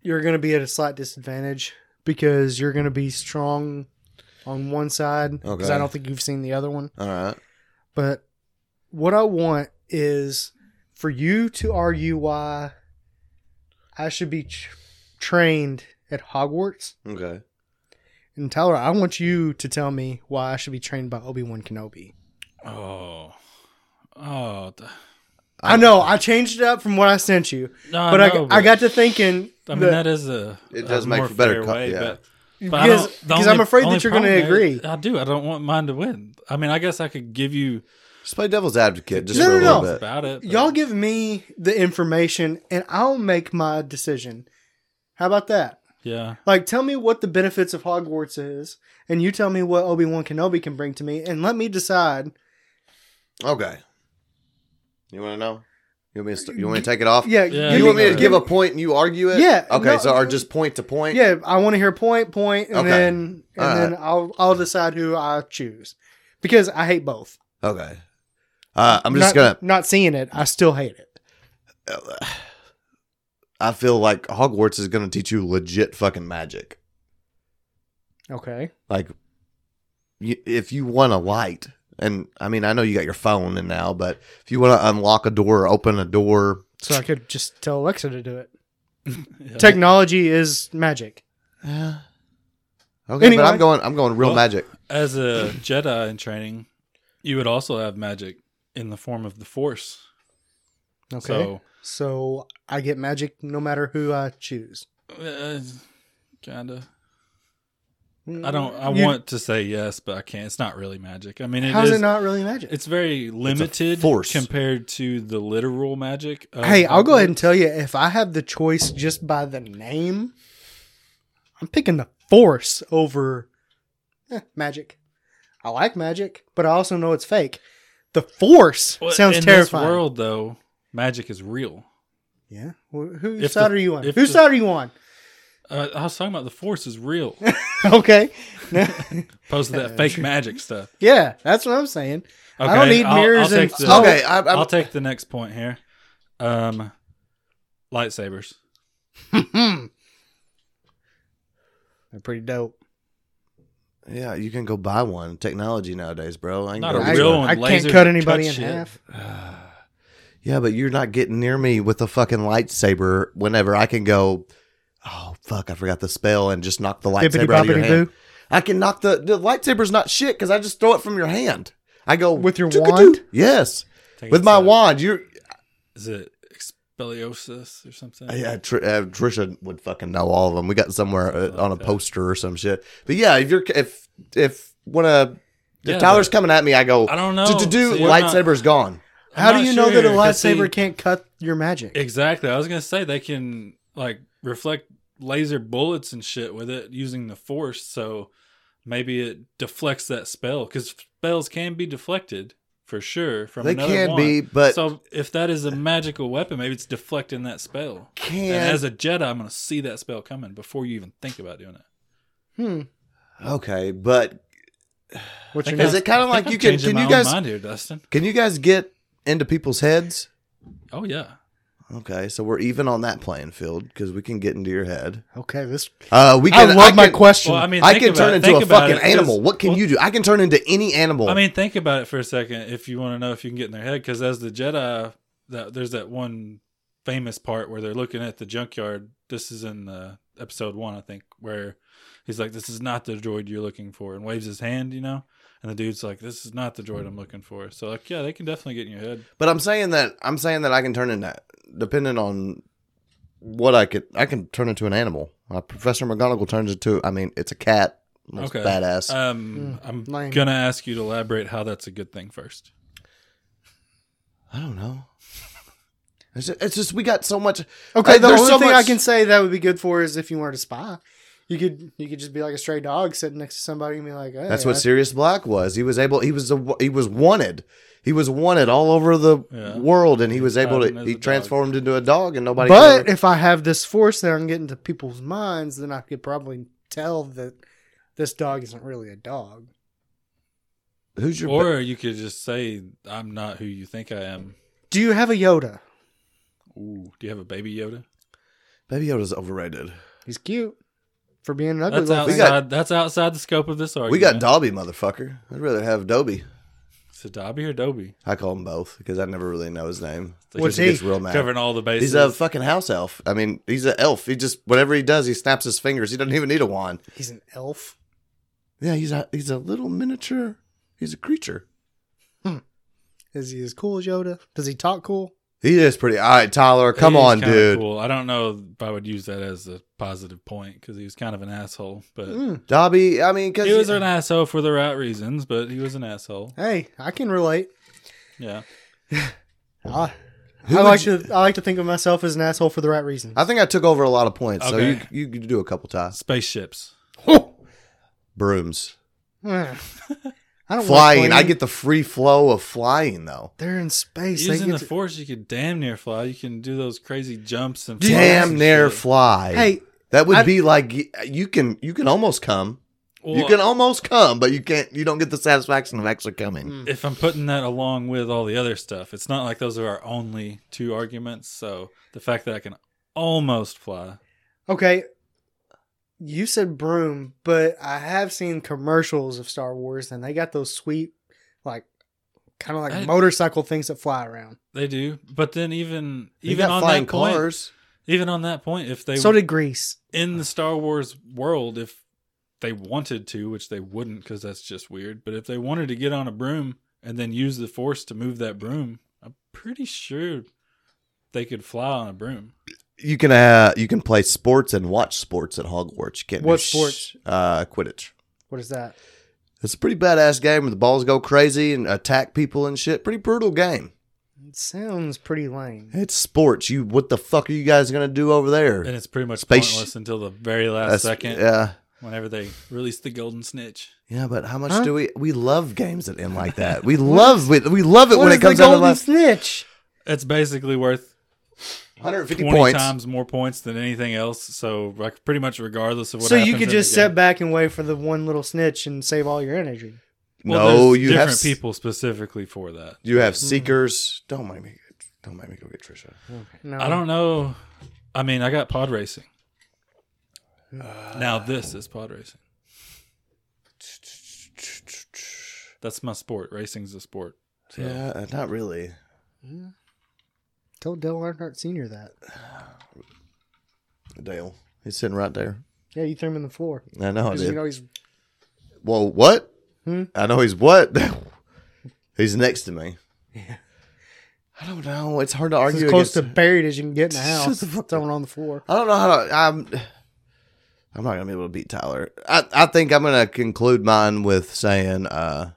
Speaker 2: You're going to be at a slight disadvantage because you're going to be strong on one side. Because
Speaker 1: Okay.
Speaker 2: I don't think you've seen the other one.
Speaker 1: All right.
Speaker 2: But what I want is for you to argue why I should be tr trained at Hogwarts
Speaker 1: Okay.
Speaker 2: And Tyler, I want you to tell me why I should be trained by Obi Wan Kenobi.
Speaker 3: Oh, oh, th-
Speaker 2: I, know I changed it up from what I sent you,
Speaker 3: no, I
Speaker 2: but I,
Speaker 3: know,
Speaker 2: I got to thinking
Speaker 3: I mean,
Speaker 2: that-
Speaker 3: that is a.
Speaker 1: It does
Speaker 3: a
Speaker 1: make
Speaker 3: more
Speaker 1: for better
Speaker 3: fair
Speaker 1: co-
Speaker 3: way,
Speaker 1: yeah.
Speaker 3: but But I
Speaker 2: because
Speaker 3: don't- the
Speaker 2: because
Speaker 3: only-
Speaker 2: I'm afraid
Speaker 3: only
Speaker 2: that you're going to
Speaker 3: problem there-
Speaker 2: agree.
Speaker 3: I do. I don't want mine to win. I mean, I guess I could give you
Speaker 1: Just play devil's advocate just
Speaker 2: No,
Speaker 1: for a
Speaker 2: no,
Speaker 1: little
Speaker 2: no.
Speaker 1: bit.
Speaker 3: about it. but-
Speaker 2: Y'all give me the information and I'll make my decision. How about that?
Speaker 3: yeah.
Speaker 2: Like, tell me what the benefits of Hogwarts is, and you tell me what Obi Wan Kenobi can bring to me, and let me decide.
Speaker 1: Okay. You want to know? You want me to, st- you want me to take it off?
Speaker 2: Yeah,
Speaker 3: Yeah,
Speaker 2: give
Speaker 1: You want me to
Speaker 3: Yeah.
Speaker 1: give a point and you argue it?
Speaker 2: Yeah,
Speaker 1: Okay,
Speaker 2: no,
Speaker 1: so or just point to point?
Speaker 2: Yeah, I want to hear point, point, and
Speaker 1: Okay.
Speaker 2: then and
Speaker 1: All
Speaker 2: then I'll I'll decide who I choose because I hate both.
Speaker 1: Okay. Uh, I'm just gonna.
Speaker 2: Not- not seeing it. I still hate it.
Speaker 1: I feel like Hogwarts is gonna teach you legit fucking magic.
Speaker 2: Okay.
Speaker 1: Like, you, if you want a light, and I mean, I know you got your phone in now, but if you want to unlock a door, or open a door,
Speaker 2: So I could just tell Alexa to do it.
Speaker 3: yeah.
Speaker 2: Technology is magic.
Speaker 1: yeah. Okay,
Speaker 2: Anyway.
Speaker 1: eh. but I'm going. I'm going real
Speaker 3: Well-
Speaker 1: magic.
Speaker 3: As a Jedi in training, you would also have magic in the form of the Force.
Speaker 2: Okay. So,
Speaker 3: So
Speaker 2: I get magic no matter who I choose.
Speaker 3: uh, kind of. I don't. I
Speaker 2: You-
Speaker 3: want to say yes, but I can't. It's not really magic. I mean, it
Speaker 2: How's
Speaker 3: is-
Speaker 2: it not really magic?
Speaker 3: It's very limited
Speaker 1: force.
Speaker 3: compared to the literal magic. Of
Speaker 2: hey, I'll go ahead and
Speaker 3: Hogwarts.
Speaker 2: tell you if I have the choice just by the name, I'm picking the force over eh, magic. I like magic, but I also know it's fake. The force
Speaker 3: Well,
Speaker 2: sounds
Speaker 3: in
Speaker 2: terrifying.
Speaker 3: This world, though, magic is real.
Speaker 2: yeah. Wh- Whose
Speaker 3: If
Speaker 2: side
Speaker 3: the-
Speaker 2: are you on? Whose
Speaker 3: if the-
Speaker 2: side are you on?
Speaker 3: Uh, I was talking about the force is real,
Speaker 2: okay.
Speaker 3: opposed to that fake magic stuff.
Speaker 2: yeah, that's what I'm saying.
Speaker 3: Okay,
Speaker 2: I don't need
Speaker 3: I'll-
Speaker 2: mirrors
Speaker 3: I'll
Speaker 2: and
Speaker 3: take the-
Speaker 2: smoke.
Speaker 1: Okay, I, I'm,
Speaker 3: I'll take the next point here. Um, lightsabers.
Speaker 2: Hmm. They're pretty dope.
Speaker 1: yeah, you can go buy one. Technology nowadays, bro. I can
Speaker 3: Not
Speaker 1: go
Speaker 3: a
Speaker 1: reach
Speaker 3: real
Speaker 1: one.
Speaker 3: one.
Speaker 2: I can't
Speaker 3: laser
Speaker 2: cut
Speaker 3: that
Speaker 2: anybody in
Speaker 3: cuts shit.
Speaker 2: half.
Speaker 1: Yeah, but you're not getting near me with a fucking lightsaber whenever I can go, oh, fuck, I forgot the spell and just knock the
Speaker 2: Bippity
Speaker 1: lightsaber out of your
Speaker 2: boppity
Speaker 1: hand.
Speaker 2: boo.
Speaker 1: I can knock the, the lightsaber's not shit because I just throw it from your hand. I go,
Speaker 2: With your
Speaker 1: "Took-a-doo."
Speaker 2: wand?
Speaker 1: Yes.
Speaker 3: Take
Speaker 1: With
Speaker 3: it
Speaker 1: my
Speaker 3: to-
Speaker 1: wand. You're,
Speaker 3: Is it expeliosis or something?
Speaker 1: yeah, Tr- uh, Trisha would fucking know all of them. We got somewhere uh, on a poster or some shit. But yeah, if you're, if, if when a, if
Speaker 3: Yeah,
Speaker 1: Tyler's coming at me, I go,
Speaker 3: I don't know.
Speaker 1: Do
Speaker 3: See, I'm not-
Speaker 1: lightsaber's gone.
Speaker 3: I'm
Speaker 2: How do
Speaker 3: not
Speaker 2: you know that a
Speaker 3: sure, 'cause see-
Speaker 2: lightsaber can't cut your magic?
Speaker 3: Exactly. I was gonna say they can like reflect laser bullets and shit with it using the force, so maybe it deflects that spell because spells can be deflected for sure from
Speaker 1: They
Speaker 3: another
Speaker 1: can
Speaker 3: wand.
Speaker 1: be, but-
Speaker 3: so if that is a magical weapon, maybe it's deflecting that spell.
Speaker 1: Can
Speaker 3: And as a Jedi, I'm gonna see that spell coming before you even think about doing it.
Speaker 2: Hmm.
Speaker 1: okay, but
Speaker 2: What's your
Speaker 3: Okay.
Speaker 2: name?
Speaker 1: Is it kind
Speaker 3: I
Speaker 1: of
Speaker 3: think
Speaker 1: like
Speaker 3: I'm
Speaker 1: you can?
Speaker 3: changing
Speaker 1: Can
Speaker 3: my
Speaker 1: you
Speaker 3: own
Speaker 1: guys?
Speaker 3: mind here, Dustin?
Speaker 1: Can you guys get into people's heads?
Speaker 3: Oh yeah.
Speaker 1: Okay, so we're even on that playing field because we can get into your head.
Speaker 2: Okay, this.
Speaker 1: Uh, we
Speaker 2: I
Speaker 1: can.
Speaker 2: love my
Speaker 1: can-
Speaker 2: question.
Speaker 3: Well, I mean,
Speaker 1: I
Speaker 3: think
Speaker 1: can
Speaker 3: about
Speaker 1: turn
Speaker 3: it.
Speaker 1: into
Speaker 3: Think
Speaker 1: a
Speaker 3: about
Speaker 1: fucking
Speaker 3: it, 'cause-
Speaker 1: animal. What can
Speaker 3: well,
Speaker 1: you do? I can turn into any animal.
Speaker 3: I mean, think about it for a second if you want to know if you can get in their head. Because as the Jedi, that, there's that one famous part where they're looking at the junkyard. This is in the episode one, I think, where he's like, "This is not the droid you're looking for," and waves his hand, you know. And the dude's like, "This is not the droid I'm looking for." So like, yeah, they can definitely get in your head.
Speaker 1: but I'm saying that I'm saying that I can turn into depending on what I could. I can turn into an animal. Uh, Professor McGonagall turns into. I mean, it's a cat. It's
Speaker 3: Okay.
Speaker 1: badass.
Speaker 3: Um,
Speaker 1: hmm,
Speaker 3: I'm
Speaker 2: lame.
Speaker 3: gonna ask you to elaborate how that's a good thing first.
Speaker 1: I don't know. It's just, it's just we got so much.
Speaker 2: Okay,
Speaker 1: Hey,
Speaker 2: the
Speaker 1: there's
Speaker 2: only
Speaker 1: so
Speaker 2: thing I
Speaker 1: much-
Speaker 2: can say that would be good for is if you weren't a spy. You could you could just be like a stray dog sitting next to somebody and be like, hey,
Speaker 1: That's what
Speaker 2: I-
Speaker 1: Sirius Black was. He was able. He was a, he was wanted. He was wanted all over the
Speaker 3: Yeah.
Speaker 1: world, and he was able
Speaker 3: Hiding
Speaker 1: to.
Speaker 3: as a
Speaker 1: He
Speaker 3: dog.
Speaker 1: transformed into a dog, and nobody. could
Speaker 2: But
Speaker 1: ever-
Speaker 2: if I have this force that I can get into people's minds, then I could probably tell that this dog isn't really a dog.
Speaker 1: who's your?
Speaker 3: Or you could just say, "I'm not who you think I am."
Speaker 2: Do you have a Yoda?
Speaker 3: Ooh, do you have a baby Yoda?
Speaker 1: ba- Baby Yoda's overrated.
Speaker 2: He's cute for being an ugly
Speaker 3: That's
Speaker 2: little
Speaker 3: outside.
Speaker 2: thing.
Speaker 3: that's outside the scope of this argument.
Speaker 1: We got Dobby, motherfucker. I'd rather have Dobby.
Speaker 3: Is it Dobby or Dobie?
Speaker 1: I call him both because I never really know his name. Because
Speaker 2: What's he?
Speaker 1: Gets real mad.
Speaker 3: Covering all the bases.
Speaker 1: He's a fucking house elf. I mean, he's an elf. He just whatever he does, he snaps his fingers. He doesn't even need a wand.
Speaker 2: He's an elf.
Speaker 1: Yeah, he's a he's a little miniature. He's a creature.
Speaker 2: Is he as cool as Yoda? Does he talk cool?
Speaker 1: He is pretty. All right, Tyler, come
Speaker 3: He's
Speaker 1: on,
Speaker 3: kinda
Speaker 1: dude.
Speaker 3: Cool. I don't know if I would use that as a positive point because he was kind of an asshole, but
Speaker 2: Mm.
Speaker 1: Hmm. Dobby. I mean, because
Speaker 3: he was an asshole for the right reasons. But he was an asshole.
Speaker 2: Hey, I can relate.
Speaker 3: Yeah,
Speaker 2: I,
Speaker 1: Who would
Speaker 2: I like
Speaker 1: you-
Speaker 2: to I like to think of myself as an asshole for the right reasons.
Speaker 1: I think I took over a lot of points, so you
Speaker 3: Okay.
Speaker 1: you could do a couple ties.
Speaker 3: spaceships.
Speaker 1: Brooms,
Speaker 2: Mm. I don't
Speaker 1: flying.
Speaker 2: Like
Speaker 1: I get the free flow of flying though.
Speaker 2: they're in space. They
Speaker 3: Using
Speaker 2: get
Speaker 3: the
Speaker 2: to-
Speaker 3: force, you can damn near fly. You can do those crazy jumps and flips
Speaker 1: Damn
Speaker 3: and
Speaker 1: near
Speaker 3: shit.
Speaker 1: fly.
Speaker 2: hey,
Speaker 1: that would
Speaker 2: I-
Speaker 1: be like y- you can you can almost come. you
Speaker 3: Well,
Speaker 1: can almost come, but you can't. You don't get the satisfaction of actually coming.
Speaker 2: Mm.
Speaker 3: if I'm putting that along with all the other stuff, it's not like those are our only two arguments. So the fact that I can almost fly,
Speaker 2: okay. You said broom, but I have seen commercials of Star Wars, and they got those sweet, like, kind of like
Speaker 3: I-
Speaker 2: motorcycle things that fly around.
Speaker 3: they do. But then even
Speaker 1: You
Speaker 3: even
Speaker 1: got
Speaker 3: on
Speaker 1: flying
Speaker 3: that point,
Speaker 1: cars.
Speaker 3: even on that point, if they
Speaker 2: so did Grease.
Speaker 3: in the Star Wars world, if they wanted to, which they wouldn't because that's just weird, but if they wanted to get on a broom and then use the force to move that broom, I'm pretty sure they could fly on a broom.
Speaker 1: You can uh, you can play sports and watch sports at Hogwarts. You can't do
Speaker 2: What
Speaker 1: sh-
Speaker 2: sports?
Speaker 1: Uh, Quidditch.
Speaker 2: What is that?
Speaker 1: It's a pretty badass game where the balls go crazy and attack people and shit. Pretty brutal game.
Speaker 2: It sounds pretty lame.
Speaker 1: It's sports. You what the fuck are you guys gonna do over there?
Speaker 3: And it's pretty much
Speaker 1: Space-
Speaker 3: pointless until the very
Speaker 1: That's-
Speaker 3: last second,
Speaker 1: Yeah,
Speaker 3: whenever they release the golden snitch.
Speaker 1: yeah. But how much
Speaker 2: Huh?
Speaker 1: do we? We love games that end like that. We love it. We love it
Speaker 2: What
Speaker 1: when
Speaker 2: is
Speaker 1: it comes
Speaker 2: the
Speaker 1: out of
Speaker 2: golden
Speaker 1: last
Speaker 2: snitch?
Speaker 3: It's basically worth
Speaker 1: 150
Speaker 3: twenty
Speaker 1: points.
Speaker 3: times more points than anything else. So like pretty much regardless of what.
Speaker 2: So you
Speaker 3: happens
Speaker 2: could
Speaker 3: in
Speaker 2: just
Speaker 3: the game.
Speaker 2: sit back and wait for the one little snitch and save all your energy.
Speaker 3: Well,
Speaker 1: no,
Speaker 3: there's
Speaker 1: you have
Speaker 3: different
Speaker 1: s-
Speaker 3: people Hmm. specifically for that.
Speaker 1: You have seekers. Don't mind me. Don't mind me go get Trisha.
Speaker 2: No,
Speaker 3: I don't know. I mean, I got pod racing. now this is pod racing. That's my sport. Racing's a sport. So
Speaker 1: Yeah, uh, not really.
Speaker 2: Tell Dale Earnhardt Senior that.
Speaker 1: Dale, he's sitting right there.
Speaker 2: Yeah, you threw him in the floor.
Speaker 1: I know. I
Speaker 2: 'Cause
Speaker 1: did.
Speaker 2: you know he's
Speaker 1: Whoa, what?
Speaker 2: Hmm?
Speaker 1: I know he's what? he's next to me. I don't know. It's hard to
Speaker 2: as
Speaker 1: argue.
Speaker 2: close to
Speaker 1: against-
Speaker 2: buried as you can get in a
Speaker 1: Shut
Speaker 2: house.
Speaker 1: the fuck
Speaker 2: Throwing on the floor.
Speaker 1: I don't know how to. I'm. I'm not gonna be able to beat Tyler. I, I think I'm gonna conclude mine with saying uh,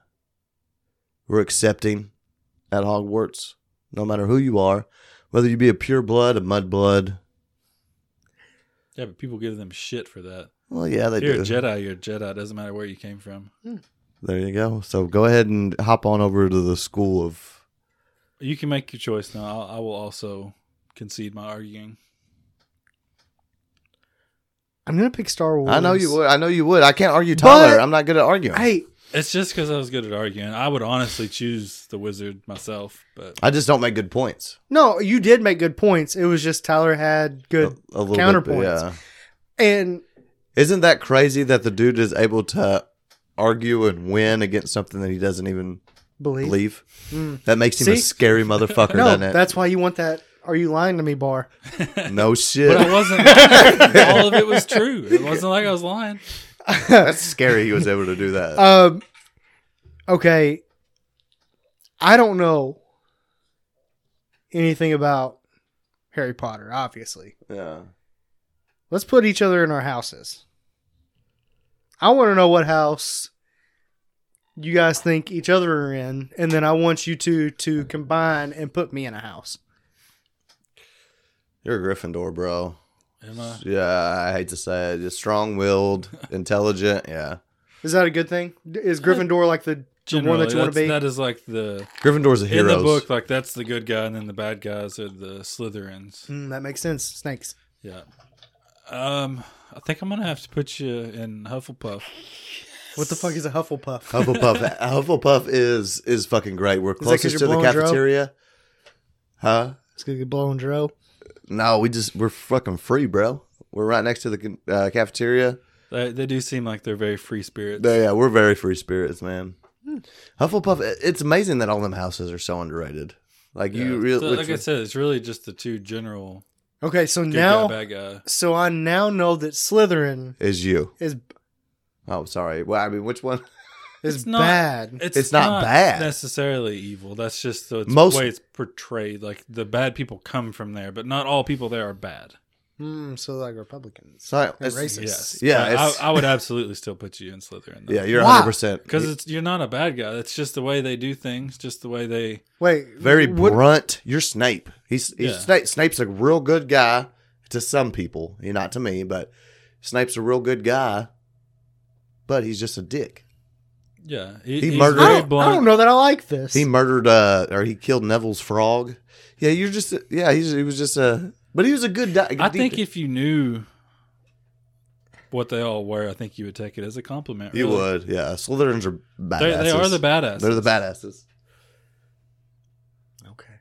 Speaker 1: we're accepting at Hogwarts, no matter who you are, whether you be a pure blood, a mud blood.
Speaker 3: yeah, but people give them shit for that.
Speaker 1: Well, yeah, they
Speaker 3: You're
Speaker 1: do.
Speaker 3: a Jedi. You're a Jedi. Doesn't matter where you came from.
Speaker 1: There you go. So go ahead and hop on over to the school of.
Speaker 3: You can make your choice now. I'll, I will also concede my arguing.
Speaker 2: I'm gonna pick Star Wars.
Speaker 1: I know you would. I know you would. I can't argue Tyler.
Speaker 2: But-
Speaker 1: I'm not good at arguing.
Speaker 2: Hey,
Speaker 3: It's just because I was good at arguing. I would honestly choose the wizard myself, but
Speaker 1: I just don't make good points.
Speaker 2: no, you did make good points. It was just Tyler had good
Speaker 1: A, a little
Speaker 2: counterpoints.
Speaker 1: Bit, yeah.
Speaker 2: and
Speaker 1: Isn't that crazy that the dude is able to argue and win against something that he doesn't even
Speaker 2: believe.
Speaker 1: believe?
Speaker 2: Mm.
Speaker 1: That makes him a
Speaker 2: See?
Speaker 1: scary motherfucker,
Speaker 2: No,
Speaker 1: doesn't it?
Speaker 2: that's why you want that. Are you lying to me, Bar?
Speaker 1: no
Speaker 3: but I
Speaker 1: shit.
Speaker 3: wasn't. all of it was true. It wasn't like I was lying.
Speaker 1: that's scary. He was able to do that.
Speaker 2: Um, okay. I don't know anything about Harry Potter, obviously.
Speaker 1: yeah.
Speaker 2: Let's put each other in our houses. I want to know what house you guys think each other are in, and then I want you two to combine and put me in a house.
Speaker 1: You're a Gryffindor, bro.
Speaker 3: Am I?
Speaker 1: Yeah, I hate to say it. You're strong-willed, intelligent. Yeah,
Speaker 2: Is that a good thing? D- Is Gryffindor like the, the one
Speaker 3: Generally,
Speaker 2: that you want
Speaker 3: that's-
Speaker 2: to be?
Speaker 3: That is like the
Speaker 1: Gryffindor's a hero.
Speaker 3: in the book, like that's the good guy, and then the bad guys are the Slytherins.
Speaker 2: Hmm, that makes sense. Snakes.
Speaker 3: Yeah. Um, I think I'm gonna have to put you in Hufflepuff.
Speaker 2: What the fuck is a Hufflepuff?
Speaker 1: Hufflepuff. Hufflepuff is is fucking great. We're
Speaker 2: 'cause
Speaker 1: closest
Speaker 2: you're
Speaker 1: to the
Speaker 2: blowing dro?
Speaker 1: cafeteria. Huh?
Speaker 2: It's gonna get blown, Joe.
Speaker 1: No, we just we're fucking free, bro. We're right next to the uh, cafeteria.
Speaker 3: They, they do seem like they're very free spirits. Hmm.
Speaker 1: They- yeah, we're very free spirits, man. Hufflepuff. it- It's amazing that all them houses are so underrated. Like
Speaker 3: Yeah.
Speaker 1: you really,
Speaker 3: So, like I said, it's really just the two general
Speaker 2: Okay, so
Speaker 3: good
Speaker 2: now,
Speaker 3: guy, bad guy.
Speaker 2: so I now know that Slytherin
Speaker 1: is you.
Speaker 2: is
Speaker 1: Oh, sorry. Well, I mean, which one?
Speaker 2: It's,
Speaker 3: It's not-
Speaker 2: bad.
Speaker 1: It's not bad.
Speaker 3: necessarily evil. That's just the
Speaker 1: Most-
Speaker 3: way it's portrayed. Like the bad people come from there, but not all people there are bad.
Speaker 2: Mm, so like Republicans.
Speaker 1: Sorry,
Speaker 2: They're
Speaker 1: it's-
Speaker 2: racist.
Speaker 3: Yes,
Speaker 1: Yeah,
Speaker 3: But
Speaker 1: it's-
Speaker 3: I, I would absolutely still put you in Slytherin.
Speaker 1: Yeah, you're
Speaker 2: Why?
Speaker 1: 100. percent
Speaker 3: because it's you're not a bad guy. That's just the way they do things. Just the way they.
Speaker 2: Wait,
Speaker 1: very
Speaker 2: what-
Speaker 1: brunt. You're Snape. He's, he's
Speaker 3: Yeah.
Speaker 1: Snape. Snape's a real good guy to some people, Yeah, not to me, but Snape's a real good guy. But he's just a dick.
Speaker 3: Yeah,
Speaker 1: He
Speaker 3: he's
Speaker 1: murdered-
Speaker 2: I
Speaker 3: very
Speaker 2: don't, I
Speaker 3: blunt.
Speaker 2: don't know that I like this.
Speaker 1: He murdered uh or he killed Neville's frog. Yeah, you're just yeah. He's, he was just a but he was a good guy.
Speaker 3: I think if you knew what they all were, I think you would take it as a compliment.
Speaker 1: you
Speaker 3: really.
Speaker 1: would, yeah. Slytherins are
Speaker 3: They,
Speaker 1: badasses.
Speaker 3: they are the badasses.
Speaker 1: They're the badasses.
Speaker 2: okay.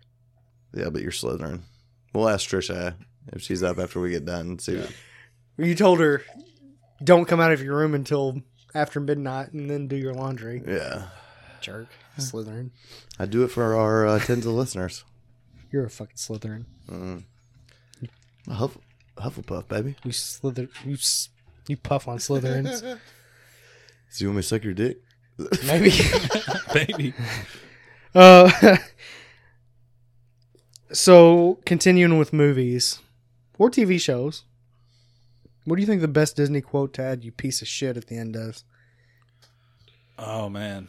Speaker 1: Yeah, but you're Slytherin. We'll ask Trisha if she's up after we get done. and See,
Speaker 3: Yeah.
Speaker 2: You told her, don't come out of your room until after midnight, and then do your laundry.
Speaker 1: yeah.
Speaker 2: Jerk, Slytherin.
Speaker 1: I do it for our uh, tens of listeners.
Speaker 2: You're a fucking Slytherin.
Speaker 1: Mm. Huff, Hufflepuff, baby.
Speaker 2: You slither. You s- you puff on Slytherins.
Speaker 1: So you want me to suck your dick?
Speaker 2: Maybe.
Speaker 3: baby.
Speaker 2: Uh, so continuing with movies or TV shows, what do you think the best Disney quote to add? You piece of shit at the end does.
Speaker 3: Oh man,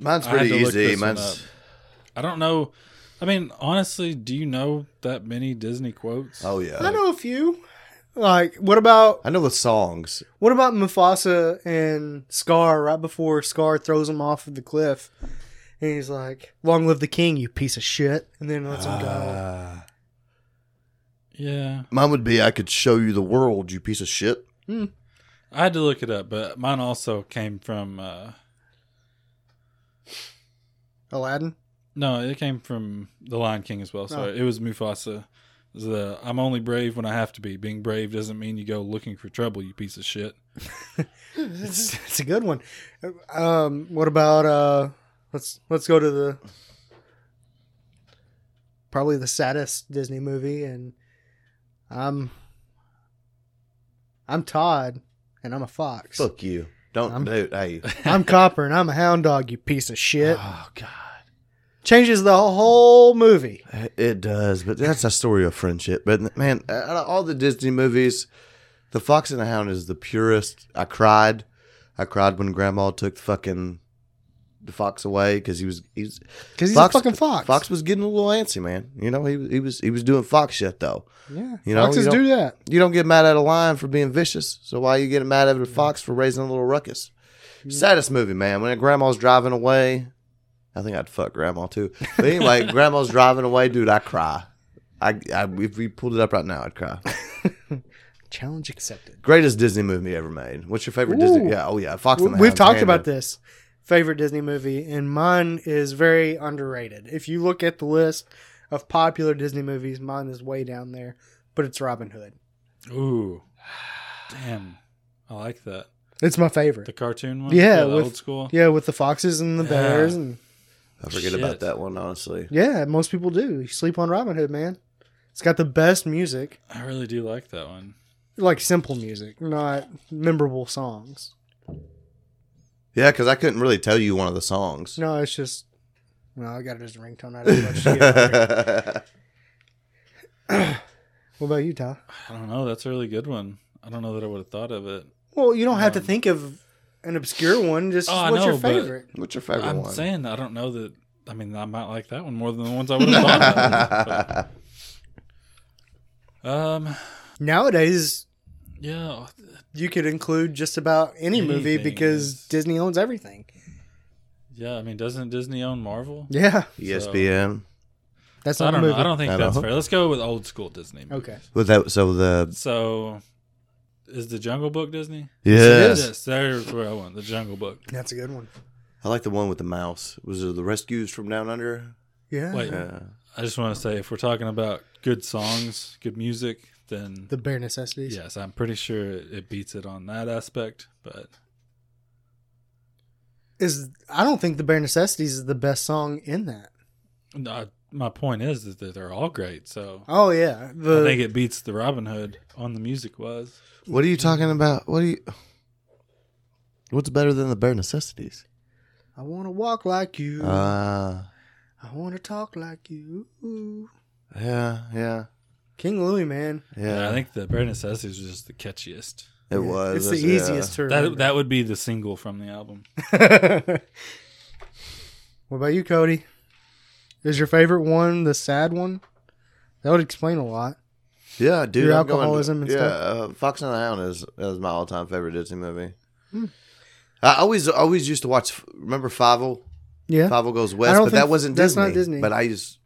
Speaker 1: Mine's
Speaker 3: I had
Speaker 1: pretty
Speaker 3: to look
Speaker 1: easy.
Speaker 3: this one
Speaker 1: Mine's
Speaker 3: I don't know. I mean, honestly, do you know that many Disney quotes?
Speaker 1: oh yeah.
Speaker 2: I know a few. Like what about
Speaker 1: I know the songs.
Speaker 2: what about Mufasa and Scar right before Scar throws him off of the cliff, and he's like, "Long live the king, you piece of shit," and then lets him go.
Speaker 1: Ah.
Speaker 3: Yeah,
Speaker 1: Mine would be I could show you the world, you piece of shit.
Speaker 3: I had to look it up, but mine also came from. Uh,
Speaker 2: Aladdin.
Speaker 3: no, it came from The Lion King as well. So
Speaker 2: Oh.
Speaker 3: it was Mufasa. It was The I'm only brave when I have to be. Being brave doesn't mean you go looking for trouble, you piece of shit.
Speaker 2: It's, it's a good one. Um, what about uh, let's let's go to the probably the saddest Disney movie, and I'm I'm Todd, and I'm a fox.
Speaker 1: Fuck you. Don't
Speaker 2: I'm-
Speaker 1: do it. Hey.
Speaker 2: I'm Copper, and I'm a hound dog. You piece of shit.
Speaker 1: Oh God.
Speaker 2: Changes the whole movie.
Speaker 1: It does, but that's a story of friendship. But man, out of all the Disney movies, The Fox and the Hound is the purest. I cried. I cried when Grandma took the fucking the fox away because he was he was
Speaker 2: Because he's
Speaker 1: Fox-
Speaker 2: a fucking fox.
Speaker 1: Fox was getting a little antsy, man. You know, he was- he was he was doing fox shit though.
Speaker 2: yeah.
Speaker 1: You know,
Speaker 2: Foxes
Speaker 1: you don't-
Speaker 2: do that.
Speaker 1: You don't get mad at a lion for being vicious, so why you getting mad at a fox for raising a little ruckus? Saddest movie, man. When grandma's driving away, I think I'd fuck grandma too. But anyway, grandma's driving away, dude. I cry. I, I if we pulled it up right now, I'd cry.
Speaker 2: Challenge accepted.
Speaker 1: Greatest Disney movie ever made. What's your favorite
Speaker 2: Ooh.
Speaker 1: Disney? Yeah, oh yeah, Fox.
Speaker 2: We-
Speaker 1: and the
Speaker 2: We've
Speaker 1: Hound,
Speaker 2: talked
Speaker 1: hands
Speaker 2: about
Speaker 1: down.
Speaker 2: this favorite Disney movie, and mine is very underrated. If you look at the list of popular Disney movies, mine is way down there, but it's Robin Hood.
Speaker 3: Ooh, damn, I like that.
Speaker 2: It's my favorite.
Speaker 3: The cartoon one,
Speaker 2: Yeah,
Speaker 3: the
Speaker 2: with-
Speaker 3: old school.
Speaker 2: Yeah, with the foxes and the
Speaker 3: Yeah.
Speaker 2: bears, and
Speaker 1: I forget
Speaker 3: Shit.
Speaker 1: about that one honestly.
Speaker 2: yeah, most people do. You sleep on Robin Hood, man. It's got the best music,
Speaker 3: I really do like that one.
Speaker 2: like simple music, not memorable songs.
Speaker 1: Yeah, because I couldn't really tell you one of the songs.
Speaker 2: No, it's just. No, I got it as a ringtone. I don't know what you get. What about you, Ty?
Speaker 3: I don't know. That's a really good one. I don't know that I would have thought of it.
Speaker 2: Well, you don't have to
Speaker 3: Um,
Speaker 2: think of an obscure one. Just
Speaker 3: Oh, I
Speaker 2: what's your
Speaker 3: know, but-
Speaker 2: favorite?
Speaker 1: What's your favorite
Speaker 3: I'm
Speaker 1: one?
Speaker 3: saying I don't know that. I mean, I might like that one more than the ones I would have thought. Of, but, um,
Speaker 2: Nowadays,
Speaker 3: yeah,
Speaker 2: you could include just about any movie
Speaker 3: Anything
Speaker 2: because
Speaker 3: is-
Speaker 2: Disney owns everything.
Speaker 3: yeah. I mean, doesn't Disney own Marvel?
Speaker 2: Yeah,
Speaker 1: E ESPN.
Speaker 2: that's
Speaker 3: So I
Speaker 2: not a
Speaker 3: don't know.
Speaker 2: movie.
Speaker 3: I don't think
Speaker 1: I
Speaker 3: that's
Speaker 1: know.
Speaker 3: fair. Let's go with old school Disney. movies.
Speaker 2: Okay,
Speaker 1: With that, so the
Speaker 3: So, is the Jungle Book Disney?
Speaker 1: yes,
Speaker 3: Yes, there's where I went. The Jungle Book.
Speaker 2: that's a good one.
Speaker 1: I like the one with the mouse. Was it the rescues from down under? Uh,
Speaker 2: Yeah,
Speaker 3: Wait.
Speaker 1: Yeah.
Speaker 3: I just want to say, if we're talking about good songs, good music, then
Speaker 2: the bare necessities.
Speaker 3: yes, I'm pretty sure it, it beats it on that aspect. But
Speaker 2: Is I don't think the bare necessities is the best song in that.
Speaker 3: no, I- my point is that they're- they're all great. So
Speaker 2: Oh yeah, the
Speaker 3: I think it beats the Robin Hood on the music was.
Speaker 1: What are you talking about? What are you? What's better than the bare necessities?
Speaker 2: I want to walk like you.
Speaker 1: Uh,
Speaker 2: I want to talk like you.
Speaker 1: yeah, yeah,
Speaker 2: King Louis, man.
Speaker 1: yeah.
Speaker 3: I think the Bare Necessities was just the catchiest.
Speaker 1: it was.
Speaker 2: It's the
Speaker 1: yeah.
Speaker 2: easiest to
Speaker 3: That
Speaker 2: remember.
Speaker 3: that would be the single from the album.
Speaker 2: what about you, Cody? Is your favorite one the sad one? That would explain a lot.
Speaker 1: Yeah, dude.
Speaker 2: Your
Speaker 1: I'm going-
Speaker 2: alcoholism and
Speaker 1: yeah,
Speaker 2: stuff?
Speaker 1: uh, Fox and the Hound is is my all time favorite Disney movie.
Speaker 2: Hmm.
Speaker 1: I always always used to watch. Remember Favel?
Speaker 2: Yeah.
Speaker 1: Favel Goes
Speaker 2: I
Speaker 1: West,
Speaker 2: don't
Speaker 1: but that
Speaker 2: think-
Speaker 1: wasn't
Speaker 2: that's
Speaker 1: Disney.
Speaker 2: not Disney.
Speaker 1: But I used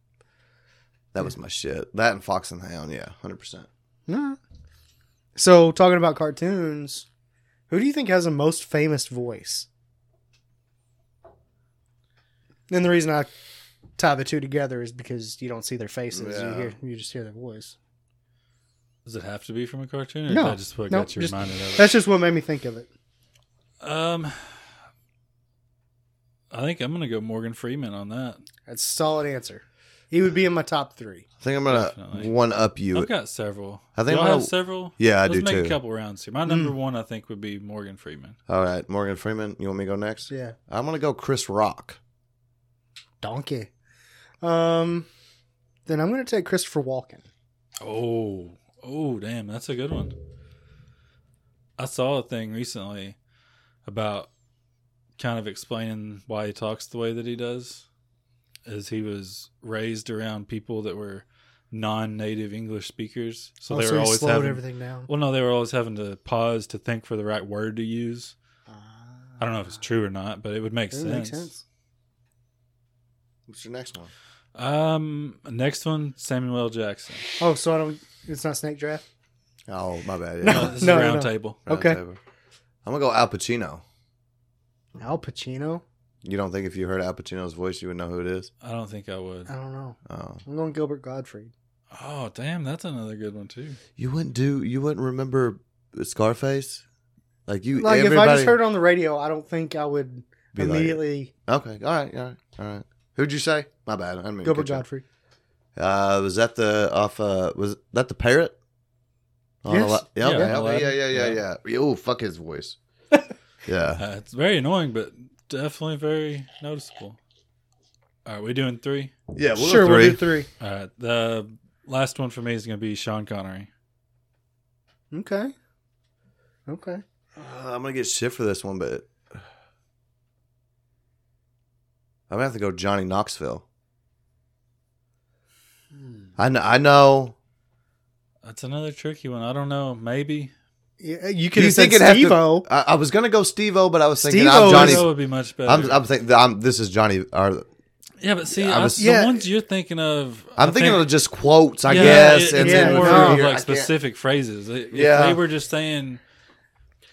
Speaker 1: that was my shit. That and Fox and the Hound. Yeah, hundred percent.
Speaker 2: Alright. So, talking about cartoons, who do you think has the most famous voice? And the reason I tie the two together is because you don't see their faces; you
Speaker 1: Yeah.
Speaker 2: hear, you just hear their voice.
Speaker 3: Does it have to be from a cartoon? Or
Speaker 2: No.
Speaker 3: is that just what
Speaker 2: No,
Speaker 3: got you
Speaker 2: just-
Speaker 3: reminded of it?
Speaker 2: That's just what made me think of it.
Speaker 3: Um, I think I'm gonna go Morgan Freeman on that.
Speaker 2: That's a solid answer. He would be in my top three.
Speaker 1: I think I'm gonna
Speaker 3: Definitely.
Speaker 1: one up you.
Speaker 3: I've got several.
Speaker 1: I think
Speaker 3: Y'all
Speaker 1: I'm
Speaker 3: have
Speaker 1: gonna-
Speaker 3: several.
Speaker 1: Yeah, I
Speaker 3: Let's
Speaker 1: do
Speaker 3: make
Speaker 1: too. Mm.
Speaker 3: a couple rounds here. My number one, I think, would be Morgan Freeman.
Speaker 1: All right, Morgan Freeman. You want me to go next?
Speaker 2: Yeah,
Speaker 1: I'm gonna go Chris Rock.
Speaker 2: donkey. Um, then I'm gonna take Christopher Walken.
Speaker 3: Oh, oh, damn, that's a good one. I saw a thing recently about kind of explaining why he talks the way that he does. Is he was raised around people that were non-native English speakers, so they
Speaker 2: Also,
Speaker 3: were
Speaker 2: Oh, he
Speaker 3: always
Speaker 2: slowed
Speaker 3: having.
Speaker 2: everything down.
Speaker 3: Well, no, they were always having to pause to think for the right word to use. I don't know if it's true or not, but it would make
Speaker 2: Doesn't
Speaker 3: sense.
Speaker 2: make sense.
Speaker 1: What's your next one?
Speaker 3: Um, next one, Samuel L. Jackson.
Speaker 2: Oh, so I don't. It's not snake draft.
Speaker 1: Oh, my bad.
Speaker 2: No,
Speaker 3: No,
Speaker 1: Yeah.
Speaker 3: this is
Speaker 2: no,
Speaker 3: round
Speaker 2: no.
Speaker 3: table.
Speaker 1: Round
Speaker 2: okay.
Speaker 1: table. I'm gonna go Al Pacino.
Speaker 2: Al Pacino.
Speaker 1: You don't think if you heard Al Pacino's voice, you would know who it is?
Speaker 3: I don't think I would.
Speaker 2: I don't know.
Speaker 1: Oh,
Speaker 2: I'm going Gilbert Gottfried.
Speaker 3: Oh, damn, that's another good one too.
Speaker 1: you wouldn't do. You wouldn't remember Scarface, like you.
Speaker 2: Like if
Speaker 1: everybody,
Speaker 2: I just heard on the radio, I don't think I would
Speaker 1: Be like-
Speaker 2: immediately
Speaker 1: Okay, all right, all right, all right. Who'd you say? My bad. I didn't mean to
Speaker 2: Gilbert
Speaker 1: cut you off.
Speaker 2: Godfrey.
Speaker 1: Uh, was that the off? Uh, was that the parrot? On
Speaker 2: Yes.
Speaker 1: Ala- yeah, okay,
Speaker 3: Yeah, on
Speaker 1: okay, yeah,
Speaker 3: Aladdin.
Speaker 1: yeah, yeah, yeah,
Speaker 3: Yeah.
Speaker 1: Oh, fuck his voice. yeah.
Speaker 3: Uh, it's very annoying, but definitely very noticeable. All right, we doing three?
Speaker 1: Yeah, we'll
Speaker 2: sure,
Speaker 1: go
Speaker 2: we'll
Speaker 1: three.
Speaker 2: do three.
Speaker 3: All right, the last one for me is going to be Sean Connery.
Speaker 2: Okay. Okay.
Speaker 1: Uh, I'm gonna get shit for this one, but I'm gonna have to go Johnny Knoxville.
Speaker 2: Hmm.
Speaker 1: I know. I know.
Speaker 3: That's another tricky one. I don't know. Maybe
Speaker 2: Yeah, you
Speaker 1: Do
Speaker 2: could have said
Speaker 1: it'd have to- Oh,
Speaker 2: Steve-O.
Speaker 1: I, I was gonna go Steve-O, but I was thinking
Speaker 2: Steve-O
Speaker 1: I'm
Speaker 2: is-
Speaker 1: Johnny.
Speaker 3: that would be much better.
Speaker 1: I'm, I'm thinking. I'm, this is Johnny. Or,
Speaker 3: yeah, but see,
Speaker 1: I
Speaker 3: I
Speaker 1: was-
Speaker 3: the
Speaker 2: Yeah.
Speaker 3: ones you're thinking of,
Speaker 1: I'm
Speaker 3: I
Speaker 1: thinking
Speaker 3: think-
Speaker 1: of just quotes, I
Speaker 3: Yeah,
Speaker 1: guess.
Speaker 3: it-
Speaker 1: and
Speaker 3: it's
Speaker 2: yeah,
Speaker 1: then
Speaker 3: more
Speaker 2: no.
Speaker 3: of
Speaker 1: here, I
Speaker 3: like
Speaker 1: can't-
Speaker 3: specific phrases. If
Speaker 1: Yeah.
Speaker 3: they were just saying,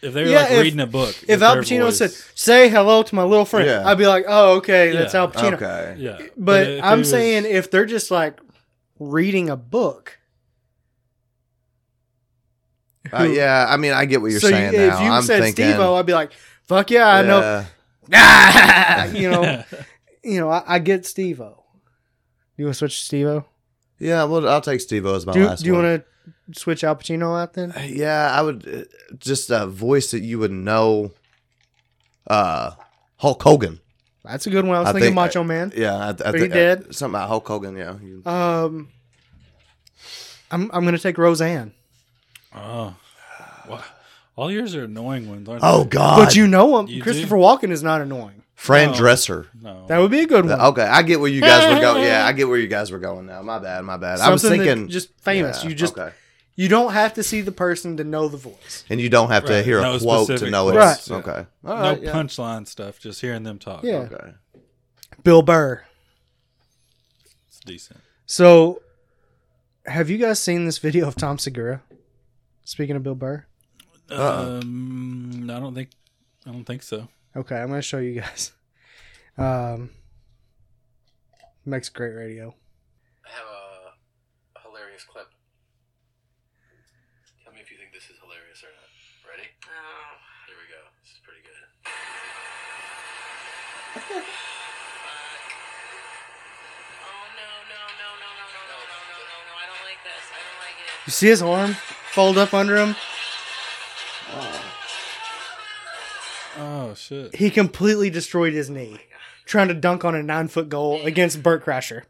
Speaker 3: if they were
Speaker 2: Yeah,
Speaker 3: like
Speaker 2: if-
Speaker 3: reading a book,
Speaker 2: If
Speaker 3: with
Speaker 2: Al
Speaker 3: their
Speaker 2: Pacino
Speaker 3: voice,
Speaker 2: said, "Say hello to my little friend,"
Speaker 1: Yeah.
Speaker 2: I'd be like, "Oh, okay, that's
Speaker 3: Yeah.
Speaker 2: Al Pacino."
Speaker 1: Okay.
Speaker 3: yeah,
Speaker 2: But
Speaker 3: if he
Speaker 2: I'm
Speaker 3: was-
Speaker 2: saying if they're just like reading a book,
Speaker 1: Uh, yeah, I mean, I get what you're
Speaker 2: so you,
Speaker 1: saying now.
Speaker 2: if you
Speaker 1: I'm
Speaker 2: said
Speaker 1: thinking,
Speaker 2: Steve-O, I'd be like, "Fuck yeah, I know."
Speaker 1: yeah.
Speaker 2: you know, you know, I, I get Steve-O. You want to switch to Steve-O?
Speaker 1: Yeah, well, I'll take Steve-O as my
Speaker 2: do,
Speaker 1: last
Speaker 2: do you
Speaker 1: one.
Speaker 2: want to switch Al Pacino out then?
Speaker 1: Yeah, I would uh, just a voice that you would know. Uh, Hulk Hogan.
Speaker 2: That's a good one. I was
Speaker 1: I
Speaker 2: thinking
Speaker 1: think-
Speaker 2: Macho Man.
Speaker 1: Yeah, I, I
Speaker 2: Are Oh, you
Speaker 1: think- uh,
Speaker 2: dead?
Speaker 1: something about Hulk Hogan. Yeah, You-
Speaker 2: Um, I'm I'm gonna take Roseanne,
Speaker 3: Oh, wow. all yours are annoying ones. Aren't
Speaker 1: Oh
Speaker 3: they?
Speaker 1: God!
Speaker 2: but you know him.
Speaker 3: you do?
Speaker 2: Christopher Walken is not annoying.
Speaker 1: Fran
Speaker 3: No.
Speaker 1: Dresser.
Speaker 3: no,
Speaker 2: That would be a good one.
Speaker 1: Okay, I get where you guys were going. Yeah, I get where you guys were going now. My bad, my bad. I was
Speaker 2: Something that
Speaker 1: thinking
Speaker 2: just famous.
Speaker 1: Yeah,
Speaker 2: you just
Speaker 1: okay.
Speaker 2: you don't have to see the person to know the voice.
Speaker 1: and you don't have to
Speaker 3: Right,
Speaker 1: hear a
Speaker 3: no
Speaker 1: quote to
Speaker 3: specific
Speaker 1: know it.
Speaker 2: quotes,
Speaker 3: yeah.
Speaker 1: Okay.
Speaker 3: no
Speaker 1: All right, yeah.
Speaker 3: punchline stuff. Just hearing them talk.
Speaker 2: uh, Yeah.
Speaker 1: Okay.
Speaker 2: Bill Burr.
Speaker 3: it's decent.
Speaker 2: So, have you guys seen this video of Tom Segura? Speaking of Bill Burr,
Speaker 1: Uh-uh.
Speaker 3: Um, I don't think, I don't think so.
Speaker 2: okay, I'm gonna show you guys. Um, makes great radio.
Speaker 4: I have a hilarious clip. Tell me if you think this is hilarious or not. Ready? Oh. Here we go. This is pretty good.
Speaker 5: Oh no no no no no no no no no no no! I don't like this. I don't like it.
Speaker 2: You see his arm fold up under him.
Speaker 3: Oh Oh shit!
Speaker 2: he completely destroyed his knee trying to dunk on a nine foot goal against Burt Crasher.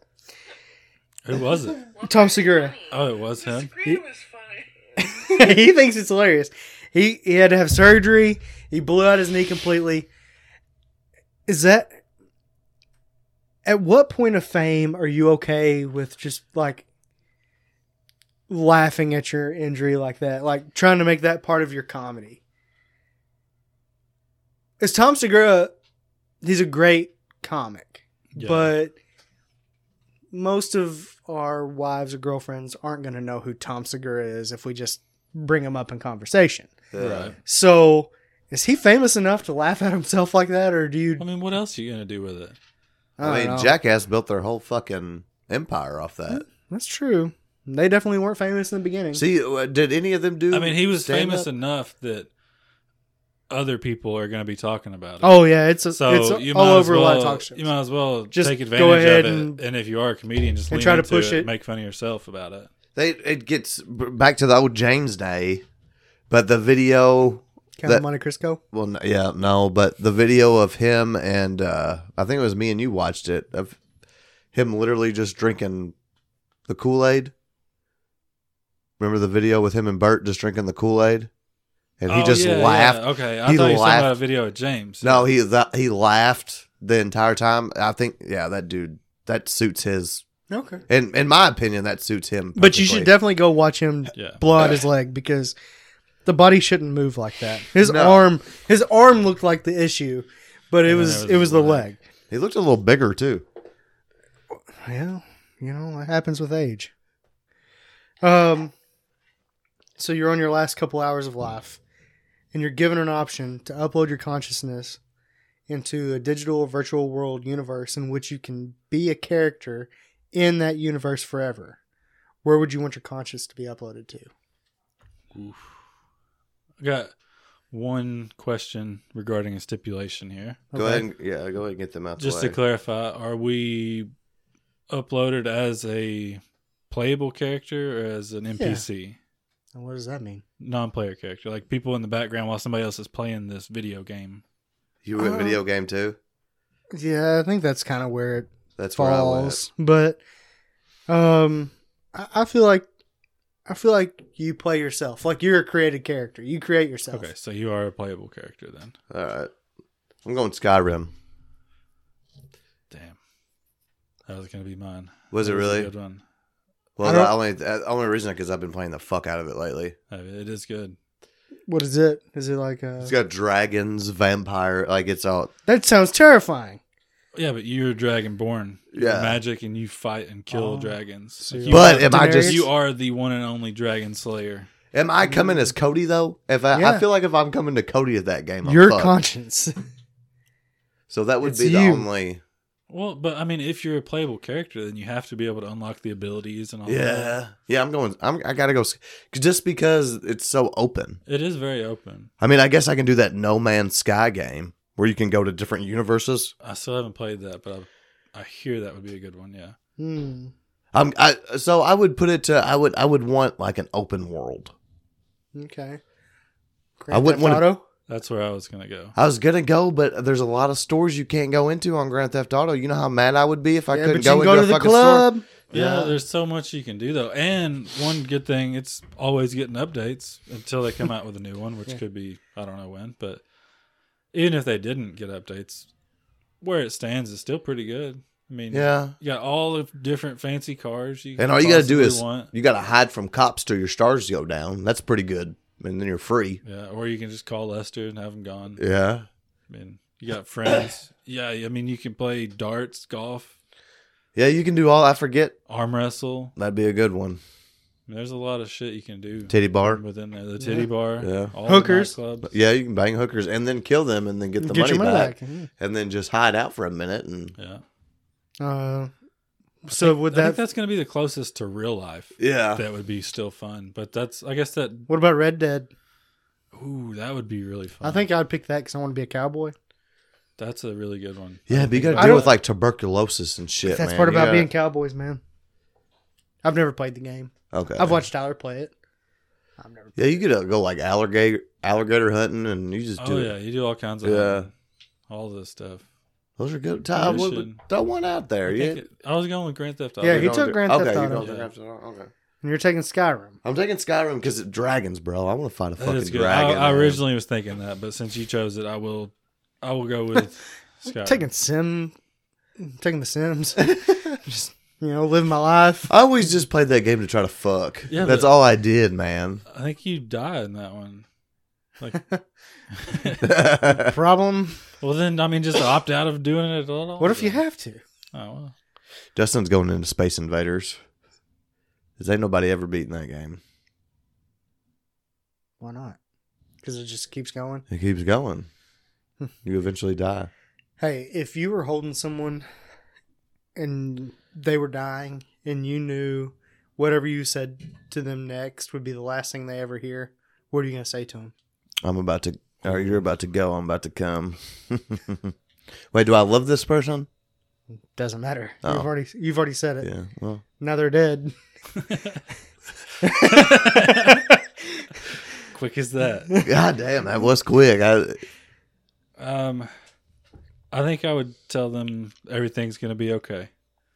Speaker 3: Who was it?
Speaker 2: Tom Segura.
Speaker 3: Oh, it was him.
Speaker 4: Green was funny.
Speaker 2: he thinks it's hilarious. He he had to have surgery. He blew out his knee completely. Is that at what point of fame are you okay with just like laughing at your injury like that? Like trying to make that part of your comedy. Is Tom Segura he's a great comic.
Speaker 3: Yeah.
Speaker 2: But most of our wives or girlfriends aren't going to know who Tom Segura is if we just bring him up in conversation.
Speaker 3: Right.
Speaker 2: So, is he famous enough to laugh at himself like that, or do you?
Speaker 3: I mean, what else are you gonna do with it?
Speaker 2: I don't
Speaker 1: I mean,
Speaker 2: know.
Speaker 1: Jackass built their whole fucking empire off that.
Speaker 2: That's true. They definitely weren't famous in the beginning.
Speaker 1: See, uh, did any of them do?
Speaker 3: I mean, he was
Speaker 1: stand-up?
Speaker 3: famous enough that other people are gonna be talking about it.
Speaker 2: oh yeah, it's a,
Speaker 3: so
Speaker 2: it's
Speaker 3: you
Speaker 2: a,
Speaker 3: might
Speaker 2: all
Speaker 3: as
Speaker 2: over
Speaker 3: well,
Speaker 2: a lot of talk shows.
Speaker 3: You might as well
Speaker 2: Just
Speaker 3: take
Speaker 2: go
Speaker 3: advantage
Speaker 2: ahead
Speaker 3: of it.
Speaker 2: and-
Speaker 3: And, if you are a comedian, just
Speaker 2: and
Speaker 3: lean
Speaker 2: try to
Speaker 3: into
Speaker 2: push
Speaker 3: it,
Speaker 2: it.
Speaker 3: make fun of yourself about it.
Speaker 1: They it gets b- back to the old James day, but the video.
Speaker 2: Count of
Speaker 1: that-
Speaker 2: Monte Cristo.
Speaker 1: Well, n- yeah, no, but the video of him and uh, I think it was me and you watched it of him literally just drinking the Kool Aid. Remember the video with him and Bert just drinking the Kool Aid, and he
Speaker 3: Oh,
Speaker 1: just
Speaker 3: yeah, yeah.
Speaker 1: laughed.
Speaker 3: Okay, I
Speaker 1: He
Speaker 3: thought you were talking about a
Speaker 1: laughed.
Speaker 3: video of James.
Speaker 1: No, he that, he laughed the entire time. I think, yeah, that dude that suits his.
Speaker 2: Okay.
Speaker 1: In in my opinion, that suits him.
Speaker 2: But you should
Speaker 1: perfectly.
Speaker 2: definitely go watch him
Speaker 3: Yeah.
Speaker 2: blow out his leg because the body shouldn't move like that. His
Speaker 1: No.
Speaker 2: arm, his arm looked like the issue, but it
Speaker 3: And then
Speaker 2: was
Speaker 3: there was
Speaker 2: it was
Speaker 3: the
Speaker 2: the leg.
Speaker 3: leg.
Speaker 1: He looked a little bigger too.
Speaker 2: Yeah, you know that happens with age. Um, so you're on your last couple hours of life, and you're given an option to upload your consciousness into a digital virtual world universe in which you can be a character in that universe forever. Where would you want your conscience to be uploaded to?
Speaker 3: I got one question regarding a stipulation here.
Speaker 1: Go
Speaker 2: Okay.
Speaker 1: ahead, and, yeah, go ahead and get them out. the
Speaker 3: Just to
Speaker 1: way.
Speaker 3: clarify, are we uploaded as a playable character or as an NPC?
Speaker 2: And what does that mean?
Speaker 3: Non-player character, like people in the background while somebody else is playing this video game.
Speaker 1: you were in
Speaker 2: Uh,
Speaker 1: video game too.
Speaker 2: Yeah, I think that's kind of where it
Speaker 1: That's where I went.
Speaker 2: falls. But um, I, I feel like I feel like you play yourself. Like you're a created character. You create yourself.
Speaker 3: Okay, so you are a playable character then.
Speaker 1: All right, I'm going Skyrim.
Speaker 3: Damn, that was gonna be mine.
Speaker 1: Was it
Speaker 3: That a
Speaker 1: really?
Speaker 3: good one?
Speaker 1: Well,
Speaker 2: I
Speaker 1: the
Speaker 2: don't-
Speaker 1: only the only reason because I've been playing the fuck out of it lately.
Speaker 3: Uh, It is good.
Speaker 2: What is it? Is it like a?
Speaker 1: It's got dragons, vampire, like it's all.
Speaker 2: that sounds terrifying.
Speaker 3: Yeah, but you're dragonborn. You're
Speaker 1: Yeah.
Speaker 3: magic, and you fight and kill
Speaker 2: Oh.
Speaker 3: dragons.
Speaker 2: So
Speaker 3: Like,
Speaker 2: you're
Speaker 3: you
Speaker 1: But
Speaker 3: are-
Speaker 1: am I just-
Speaker 3: you are the one and only dragon slayer.
Speaker 1: Am I coming as Cody though? If I,
Speaker 2: Yeah.
Speaker 1: I feel like if I'm coming to Cody at that game, I'm
Speaker 2: Your
Speaker 1: fucked.
Speaker 2: conscience.
Speaker 1: so that would
Speaker 2: It's
Speaker 1: be the
Speaker 2: you.
Speaker 1: only.
Speaker 3: Well, but I mean, if you're a playable character, then you have to be able to unlock the abilities
Speaker 2: Oh.
Speaker 3: and all that.
Speaker 1: Yeah, yeah. I'm going. I'm. I gotta go. s- Just because it's so open.
Speaker 3: It is very open.
Speaker 1: I mean, I guess I can do that No Man's Sky game where you can go to different universes.
Speaker 3: I still haven't played that, but I, I hear that would be a good one. Yeah.
Speaker 2: Hmm.
Speaker 1: I'm. I so I would put it to. I would. I would want like an open world.
Speaker 2: Okay.
Speaker 1: I wouldn't wanna-
Speaker 2: Auto.
Speaker 3: That's where I was going to go.
Speaker 1: I was gonna go, but there's a lot of stores you can't go into on Grand Theft Auto. You know how mad I would be if I
Speaker 2: yeah,
Speaker 1: couldn't
Speaker 2: but
Speaker 1: go
Speaker 2: you
Speaker 1: into
Speaker 2: can go
Speaker 1: a
Speaker 2: to the
Speaker 1: fucking store.
Speaker 2: club.
Speaker 3: Yeah, there's so much you can do, though. And one good thing, it's always getting updates until they come out with a new one, which
Speaker 2: Yeah.
Speaker 3: could be, I don't know when. But even if they didn't get updates, where it stands is still pretty good. I mean,
Speaker 1: Yeah,
Speaker 3: you got all the different fancy cars. You
Speaker 1: and all you gotta do
Speaker 3: possibly
Speaker 1: is
Speaker 3: Want.
Speaker 1: you gotta hide from cops till your stars go down. That's pretty good, and then you're free.
Speaker 3: Yeah, or you can just call Lester and have him gone.
Speaker 1: Yeah.
Speaker 3: I mean, you got friends. yeah, I mean, you can play darts, golf,
Speaker 1: Yeah, you can do all. I forget.
Speaker 3: arm wrestle.
Speaker 1: That'd be a good one.
Speaker 3: I mean, there's a lot of shit you can do
Speaker 1: Titty bar.
Speaker 3: within there. The titty
Speaker 2: Yeah.
Speaker 3: bar,
Speaker 1: Yeah.
Speaker 3: all
Speaker 2: Hookers.
Speaker 3: clubs.
Speaker 1: Yeah, you can bang hookers and then kill them and then get the
Speaker 2: Get
Speaker 1: money,
Speaker 2: your money
Speaker 1: back,
Speaker 2: back. Mhm.
Speaker 1: and then just hide out for a minute and
Speaker 3: Yeah.
Speaker 2: Uh, so would
Speaker 3: I think
Speaker 2: that?
Speaker 3: that's going to be the closest to real life.
Speaker 1: yeah.
Speaker 3: That would be still fun, but that's I guess that
Speaker 2: What about Red Dead?
Speaker 3: ooh that would be really fun.
Speaker 2: I think I'd pick that because I want to be a cowboy.
Speaker 3: that's a really good one.
Speaker 1: Yeah, but you gotta
Speaker 2: I
Speaker 1: deal
Speaker 2: don't-
Speaker 1: with like tuberculosis and shit.
Speaker 2: that's
Speaker 1: man.
Speaker 2: part
Speaker 1: You
Speaker 2: about
Speaker 1: gotta-
Speaker 2: being cowboys, man. I've never played the game.
Speaker 1: Okay.
Speaker 2: I've watched Tyler play it. I've never.
Speaker 1: Yeah, you could uh, go like alligator alligator hunting, and you just
Speaker 3: Oh
Speaker 1: do
Speaker 3: yeah,
Speaker 1: it.
Speaker 3: you do all kinds of
Speaker 1: Yeah,
Speaker 3: all this stuff.
Speaker 1: those are good. Ty,
Speaker 3: You
Speaker 1: what-
Speaker 3: should.
Speaker 1: that one out there.
Speaker 3: I,
Speaker 1: Yeah,
Speaker 3: think it- I was going with Grand Theft Auto.
Speaker 2: Yeah,
Speaker 1: You're
Speaker 2: he
Speaker 1: going
Speaker 2: took
Speaker 1: to-
Speaker 2: Grand
Speaker 1: okay,
Speaker 2: Theft
Speaker 1: you're
Speaker 2: Auto.
Speaker 1: going to
Speaker 3: Yeah.
Speaker 1: Grand Theft Auto, Okay.
Speaker 2: And you're taking Skyrim.
Speaker 1: I'm taking Skyrim because it's dragons, bro. I want to fight a
Speaker 3: That
Speaker 1: fucking
Speaker 3: is good.
Speaker 1: dragon.
Speaker 3: I, I
Speaker 1: man.
Speaker 3: originally was thinking that, but since you chose it, I will. I will go with Skyrim.
Speaker 2: Taking Sim. Taking the Sims. Just you know, living my life.
Speaker 1: I always just played that game to try to fuck.
Speaker 3: Yeah,
Speaker 1: that's
Speaker 3: but-
Speaker 1: all I did, man.
Speaker 3: I think you died in that one. Like,
Speaker 2: Problem.
Speaker 3: well, then I mean, just opt out of doing it at all.
Speaker 2: What if you
Speaker 3: then.
Speaker 2: have to?
Speaker 3: Oh, well.
Speaker 1: Justin's going into Space Invaders. Cause ain't nobody ever beaten that game.
Speaker 2: Why not? Because it just keeps going.
Speaker 1: It keeps going. you eventually die.
Speaker 2: Hey, if you were holding someone and they were dying and you knew whatever you said to them next would be the last thing they ever hear, what are you going to say to them?
Speaker 1: I'm about to, or you're about to go. I'm about to come. Wait, do I love this person?
Speaker 2: Doesn't matter.
Speaker 1: Oh.
Speaker 2: You've already you've already said it.
Speaker 1: Yeah. Well,
Speaker 2: Now they're dead.
Speaker 3: Quick as that.
Speaker 1: God damn, that was quick. I,
Speaker 3: Um, I think I would tell them everything's going to be okay.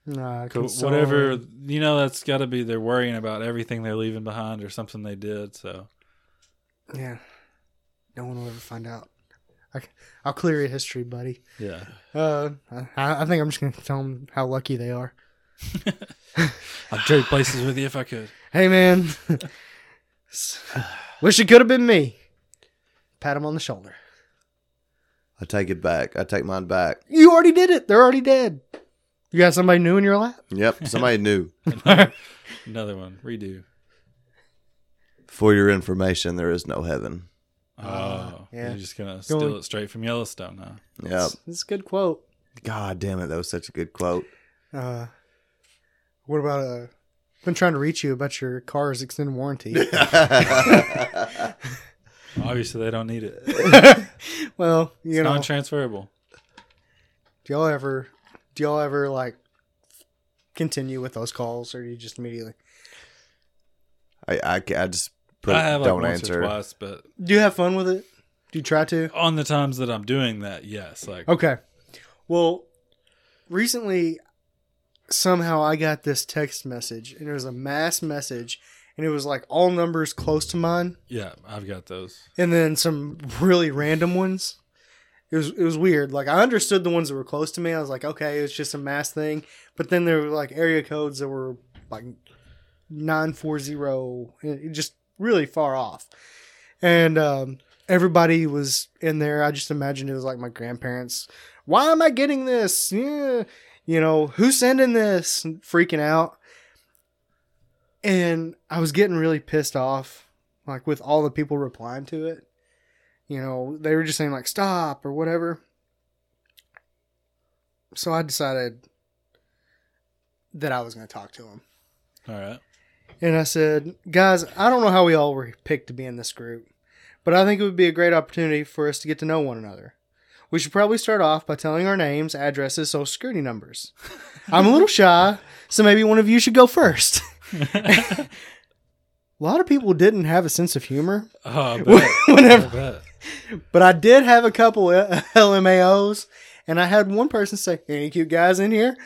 Speaker 2: Nah,
Speaker 3: Co-
Speaker 2: console.
Speaker 3: Whatever you know, that's got to be they're worrying about everything they're leaving behind or something they did. So
Speaker 2: Yeah. No one will ever find out. I, will clear your history, buddy.
Speaker 3: yeah,
Speaker 2: Uh, I, I think I'm just going to tell them how lucky they are.
Speaker 3: I'd trade places with you if I could.
Speaker 2: Hey, man. Wish it could have been me. Pat him on the shoulder.
Speaker 1: I take it back. I take mine back.
Speaker 2: You already did it. They're already dead. You got somebody new in your lap?
Speaker 1: Yep. Somebody knew.
Speaker 3: Another one redo.
Speaker 1: For your information, there is no heaven.
Speaker 3: Oh,
Speaker 2: Ah, yeah.
Speaker 3: you're just gonna steal
Speaker 2: Going-
Speaker 3: it straight from Yellowstone now.
Speaker 1: Yep.
Speaker 2: It's a good quote.
Speaker 1: God damn it, that was such a good quote.
Speaker 2: Uh, what about uh been trying to reach you about your car's extended warranty.
Speaker 3: Obviously, they don't need it.
Speaker 2: well, you
Speaker 3: It's
Speaker 2: know,
Speaker 3: non-transferable.
Speaker 2: do y'all ever do y'all ever like continue with those calls or do you just immediately
Speaker 1: I, I, ca- I just put,
Speaker 3: I have like
Speaker 1: don't
Speaker 3: once
Speaker 1: answer.
Speaker 3: or twice, but
Speaker 2: do you have fun with it? Do you try to?
Speaker 3: on the times that I'm doing that, yes, like
Speaker 2: Okay. Well, recently, somehow I got this text message, and it was a mass message, and it was like all numbers close to mine,
Speaker 3: yeah, I've got those.
Speaker 2: and then some really random ones. It was it was weird. Like I understood the ones that were close to me. I was like, okay, it's just a mass thing. But then there were like area codes that were like nine four zero, eh, just really far off. And um, everybody was in there. I just imagined it was like my grandparents. Why am I getting this? Yeah, you know, who's sending this? And freaking out. And I was getting really pissed off, like with all the people replying to it. You know, they were just saying like stop or whatever. So I decided that I was going to talk to him.
Speaker 3: All right,
Speaker 2: And I said, guys, I don't know how we all were picked to be in this group, but I think it would be a great opportunity for us to get to know one another. We should probably start off by telling our names, addresses, social security numbers. I'm a little shy, so maybe one of you should go first. a lot of people didn't have a sense of humor,
Speaker 3: oh, I bet.
Speaker 2: Whenever-
Speaker 3: I bet.
Speaker 2: but I did have a couple LMAOs, and I had one person say, "Any cute guys in here?"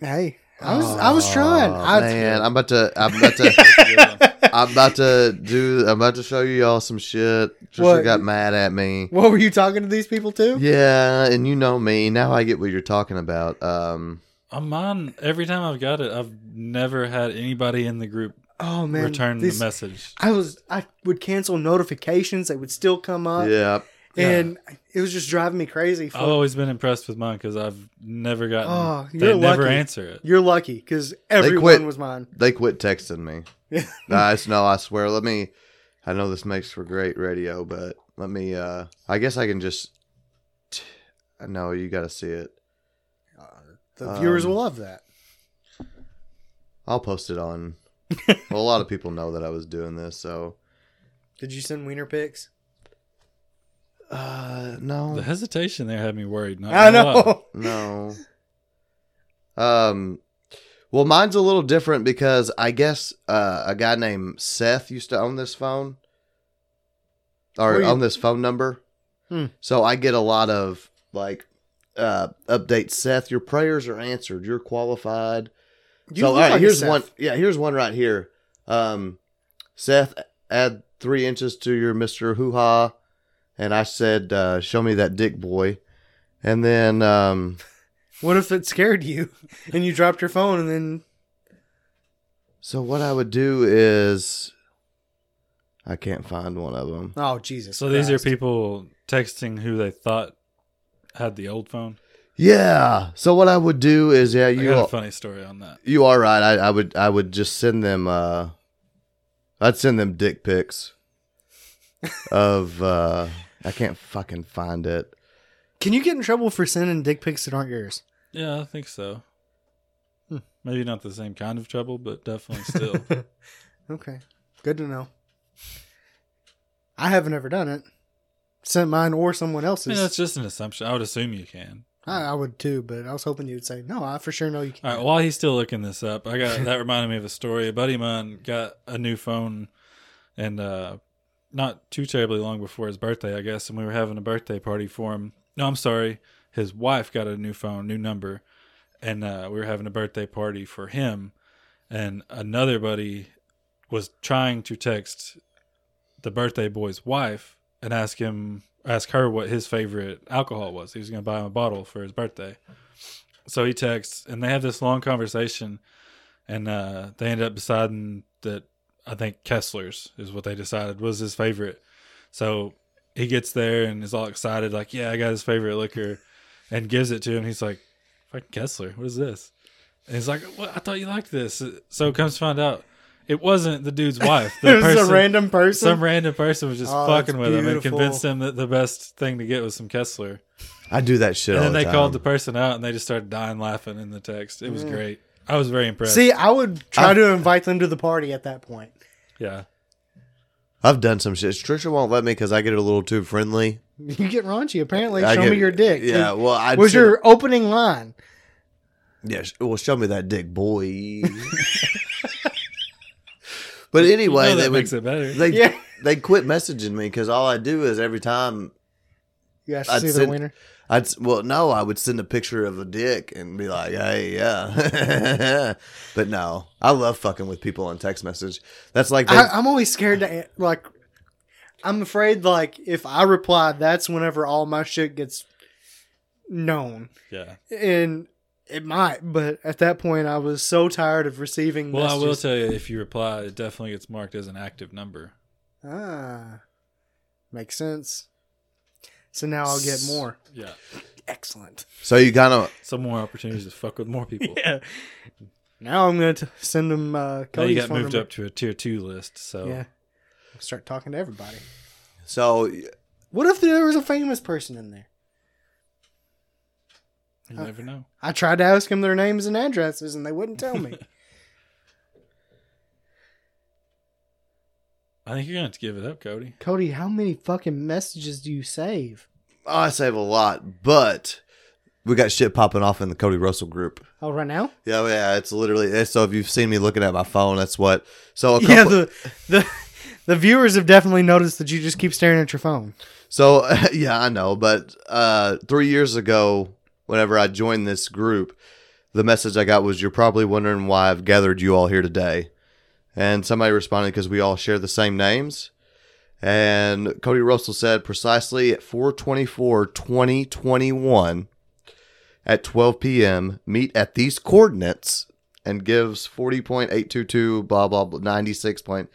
Speaker 2: Hey, I was I was trying.
Speaker 1: Oh,
Speaker 2: I,
Speaker 1: man, I'm about to, I'm about to, I'm about to do, I'm about to show you all some shit. Trisha
Speaker 2: What?
Speaker 1: got mad at me.
Speaker 2: what were you talking to these people too?
Speaker 1: Yeah, and you know me. Now I get what you're talking about. Um,
Speaker 3: On mine, every time I've got it, I've never had anybody in the group
Speaker 2: Oh man,
Speaker 3: return
Speaker 2: these-
Speaker 3: the message.
Speaker 2: I was I would cancel notifications; they would still come up,
Speaker 1: yeah,
Speaker 2: and it was just driving me crazy. For,
Speaker 3: I've always been impressed with mine because I've never gotten.
Speaker 2: Oh,
Speaker 3: they
Speaker 2: you're
Speaker 3: never
Speaker 2: lucky.
Speaker 3: answer it.
Speaker 2: you're lucky because everyone
Speaker 1: quit.
Speaker 2: was mine.
Speaker 1: they quit texting me. Nice. No, I swear. Let me. I know this makes for great radio, but let me. uh I guess I can just. t- No, you got to see it.
Speaker 2: the viewers
Speaker 1: Uh, Um,
Speaker 2: will love that.
Speaker 1: I'll post it on. well, a lot of people know that I was doing this, so.
Speaker 2: Did you send wiener pics?
Speaker 1: Uh,
Speaker 3: The
Speaker 1: no,
Speaker 3: hesitation there had me worried. Not
Speaker 2: I
Speaker 3: gonna lie.
Speaker 2: know.
Speaker 1: no. Um, Well, mine's a little different because I guess uh, a guy named Seth used to own this phone or
Speaker 2: Were you-
Speaker 1: own this phone number.
Speaker 2: Hmm.
Speaker 1: So I get a lot of like uh, updates. Seth, your prayers are answered. You're qualified.
Speaker 2: You
Speaker 1: so
Speaker 2: look
Speaker 1: all right,
Speaker 2: like
Speaker 1: here's
Speaker 2: Seth.
Speaker 1: one. Yeah, here's one right here. Um, Seth, add three inches to your Mister Hoo Ha, and I said, uh, "Show me that dick boy." And then um,
Speaker 2: What if it scared you and you dropped your phone and then
Speaker 1: So what I would do is, I can't find one of them.
Speaker 2: oh Jesus?
Speaker 3: So these are
Speaker 2: Christ.
Speaker 3: people texting who they thought had the old phone.
Speaker 1: Yeah. So what I would do is, yeah,
Speaker 3: I
Speaker 1: you
Speaker 3: got a
Speaker 1: are,
Speaker 3: funny story on that.
Speaker 1: you are right. I, I would I would just send them. Uh, I'd send them dick pics. of uh, I can't fucking find it.
Speaker 2: Can you get in trouble for sending dick pics that aren't yours?
Speaker 3: Yeah, I think so. Hmm. Maybe not the same kind of trouble, but definitely still.
Speaker 2: Okay, good to know. I haven't ever done it. Sent mine or someone
Speaker 3: I mean, that's
Speaker 2: else's.
Speaker 3: just an assumption. I would assume you can.
Speaker 2: I, I would too, but I was hoping you'd say no. I for sure know you
Speaker 3: All
Speaker 2: can't.
Speaker 3: right. While he's still looking this up, I got that reminded me of a story. A buddy of mine got a new phone, and uh, not too terribly long before his birthday, I guess. And we were having a birthday party for him. No, I'm sorry. His wife got a new phone, new number, and uh, we were having a birthday party for him. And another buddy was trying to text the birthday boy's wife and ask him, ask her what his favorite alcohol was. He was going to buy him a bottle for his birthday. So he texts, and they have this long conversation, and uh, they end up deciding that I think Kessler's is what they decided was his favorite. So he gets there and is all excited, like, "Yeah, I got his favorite liquor," and gives it to him. He's like, "Fucking Kessler, what is this?" And he's like, "What? I thought you liked this." So comes to find out, it wasn't the dude's wife. The
Speaker 2: it was a random person.
Speaker 3: some random person was just
Speaker 2: Oh, that's
Speaker 3: fucking with him and
Speaker 2: beautiful.
Speaker 3: convinced him that the best thing to get was some Kessler.
Speaker 1: I do that shit. all
Speaker 3: And then
Speaker 1: the
Speaker 3: they
Speaker 1: time.
Speaker 3: called the person out and they just started dying laughing in the text. It was great. I was very impressed.
Speaker 2: See, I would try to invite them to the party at that point.
Speaker 3: yeah.
Speaker 1: I've done some shit. Trisha won't let me because I get a little too friendly.
Speaker 2: You get raunchy, apparently.
Speaker 1: I
Speaker 2: Show
Speaker 1: get-
Speaker 2: me your dick.
Speaker 1: Yeah. Well, I
Speaker 2: was your opening line.
Speaker 1: Yeah, sh- well, show me that dick, boy. but anyway,
Speaker 3: You know
Speaker 1: they
Speaker 3: that
Speaker 1: would,
Speaker 3: makes it better.
Speaker 1: they
Speaker 2: Yeah.
Speaker 1: they quit messaging me because all I do is every time
Speaker 2: You guys
Speaker 1: I'd
Speaker 2: see the
Speaker 1: send-
Speaker 2: winner.
Speaker 1: I'd s- well no I would send a picture of a dick and be like hey yeah, but no I love fucking with people on text message. That's like they,
Speaker 2: I, I'm always scared to an- like. I'm afraid like if I reply, that's whenever all my shit gets known,
Speaker 3: Yeah.
Speaker 2: and it might. But at that point, I was so tired of receiving.
Speaker 3: Well, I will
Speaker 2: messages.
Speaker 3: tell you if you reply, it definitely gets marked as an active number.
Speaker 2: Ah, makes sense. So now I'll get more.
Speaker 3: Yeah.
Speaker 2: Excellent.
Speaker 1: so you kind of
Speaker 3: Some more opportunities to fuck with more people.
Speaker 2: Yeah. Now I'm going to send them. Uh,
Speaker 3: Now you
Speaker 2: Cody's
Speaker 3: got
Speaker 2: phone
Speaker 3: moved
Speaker 2: number.
Speaker 3: up to a tier two list. So
Speaker 2: Yeah. Start talking to everybody.
Speaker 1: so
Speaker 2: What if there was a famous person in there?
Speaker 3: you never know.
Speaker 2: I tried to ask them their names and addresses, and they wouldn't tell me.
Speaker 3: I think you're going to have to give it up, Cody.
Speaker 2: Cody, how many fucking messages do you save?
Speaker 1: I save a lot, but we got shit popping off in the Cody Russell group.
Speaker 2: Oh, right now?
Speaker 1: Yeah, yeah, it's literally eh, so if you've seen me looking at my phone, that's what. So a couple,
Speaker 2: Yeah, the the the viewers have definitely noticed that you just keep staring at your phone.
Speaker 1: So yeah, I know, but uh, three years ago, whenever I joined this group, the message I got was, "You're probably wondering why I've gathered you all here today," and somebody responded because we all share the same names. And Cody Russell said precisely at 424 2021 at 12 p.m. meet at these coordinates and gives 40.822 blah blah blah 96 point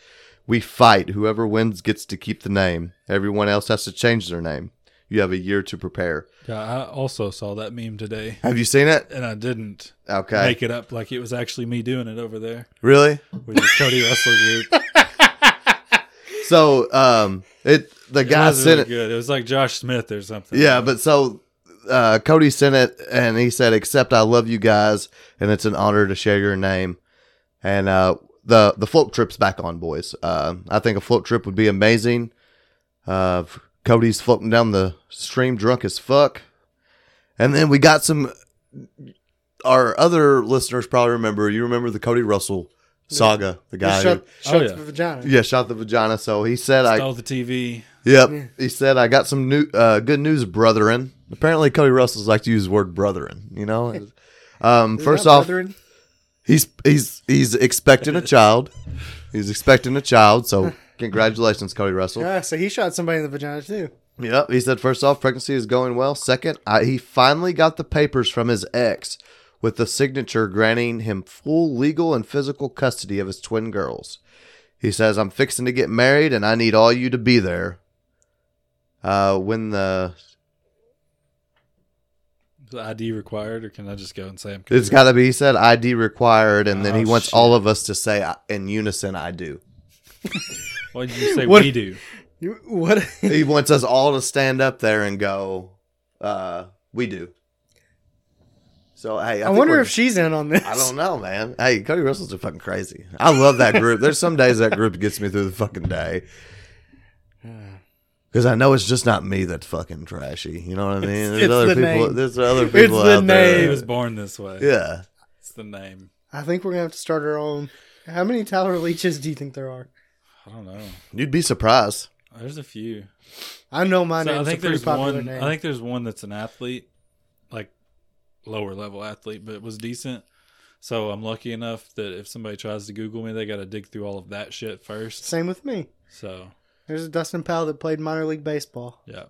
Speaker 1: we fight. Whoever wins gets to keep the name. Everyone else has to change their name. You have a year to prepare.
Speaker 3: Yeah, I also saw that meme today
Speaker 1: Have you seen it?
Speaker 3: and I didn't
Speaker 1: Okay.
Speaker 3: make it up like it was actually me doing it over there
Speaker 1: Really?
Speaker 3: with the Cody Russell group.
Speaker 1: So, um, it the guy
Speaker 3: it was really
Speaker 1: sent it.
Speaker 3: good. It was like Josh Smith or something.
Speaker 1: Yeah, but so uh, Cody sent it, and he said, "Except I love you guys, and it's an honor to share your name." And uh, the the float trip's back on, boys. Uh, I think a float trip would be amazing. Uh, Cody's floating down the stream drunk as fuck, and then we got some our other listeners probably remember. You remember the Cody Russell saga, the guy.
Speaker 2: Just shut,
Speaker 3: Oh,
Speaker 2: shut
Speaker 3: yeah.
Speaker 2: the vagina.
Speaker 1: who, yeah, shot the vagina. So he said, "I
Speaker 3: Stole the TV.
Speaker 1: Yep.
Speaker 2: Yeah.
Speaker 1: He said, I got some new uh, good news, brethren. Apparently, Cody Russell's like to use the word brethren, you know? Um,
Speaker 2: Is
Speaker 1: first
Speaker 2: that
Speaker 1: off,
Speaker 2: bothering?
Speaker 1: he's he's he's expecting a child. He's expecting a child, so congratulations, Cody Russell.
Speaker 2: Ah, so he shot somebody in the vagina too.
Speaker 1: Yep. He said, first off, pregnancy is going well. Second, I, he finally got the papers from his ex with the signature granting him full legal and physical custody of his twin girls. He says, I'm fixing to get married and I need all you to be there. Uh, when the
Speaker 3: Is the ID required, or can I just go and say I'm?
Speaker 1: It's got to be. He said ID required, and then he
Speaker 3: Oh,
Speaker 1: wants
Speaker 3: shit.
Speaker 1: all of us to say uh, in unison, "I do."
Speaker 3: Why did you say
Speaker 2: What-
Speaker 3: we do?
Speaker 2: You, what?
Speaker 1: He wants us all to stand up there and go, uh, "We do." So hey, I,
Speaker 2: I wonder if
Speaker 1: she-
Speaker 2: she's in on this.
Speaker 1: I don't know, man. Hey, Cody Russell's a fucking crazy. I love that group. There's some days that group gets me through the fucking day because I know it's just not me that's fucking trashy. You know what I mean? there's
Speaker 2: it's
Speaker 1: other
Speaker 2: the
Speaker 1: people.
Speaker 2: name.
Speaker 1: There's other
Speaker 2: It's
Speaker 1: people
Speaker 2: the
Speaker 1: out there.
Speaker 2: name.
Speaker 3: He was born this way.
Speaker 1: Yeah.
Speaker 3: It's the name.
Speaker 2: I think we're gonna have to start our own. How many Tyler Leeches do you think there are?
Speaker 3: I don't know.
Speaker 1: You'd be surprised.
Speaker 3: There's a few.
Speaker 2: I know my
Speaker 3: So I
Speaker 2: name's a
Speaker 3: think
Speaker 2: pretty
Speaker 3: there's
Speaker 2: popular
Speaker 3: one.
Speaker 2: name.
Speaker 3: I think there's one that's an athlete, like lower level athlete, but was decent. So I'm lucky enough that if somebody tries to Google me, they got to dig through all of that shit first.
Speaker 2: Same with me.
Speaker 3: So
Speaker 2: There's a Dustin Powell that played minor league baseball
Speaker 3: yeah,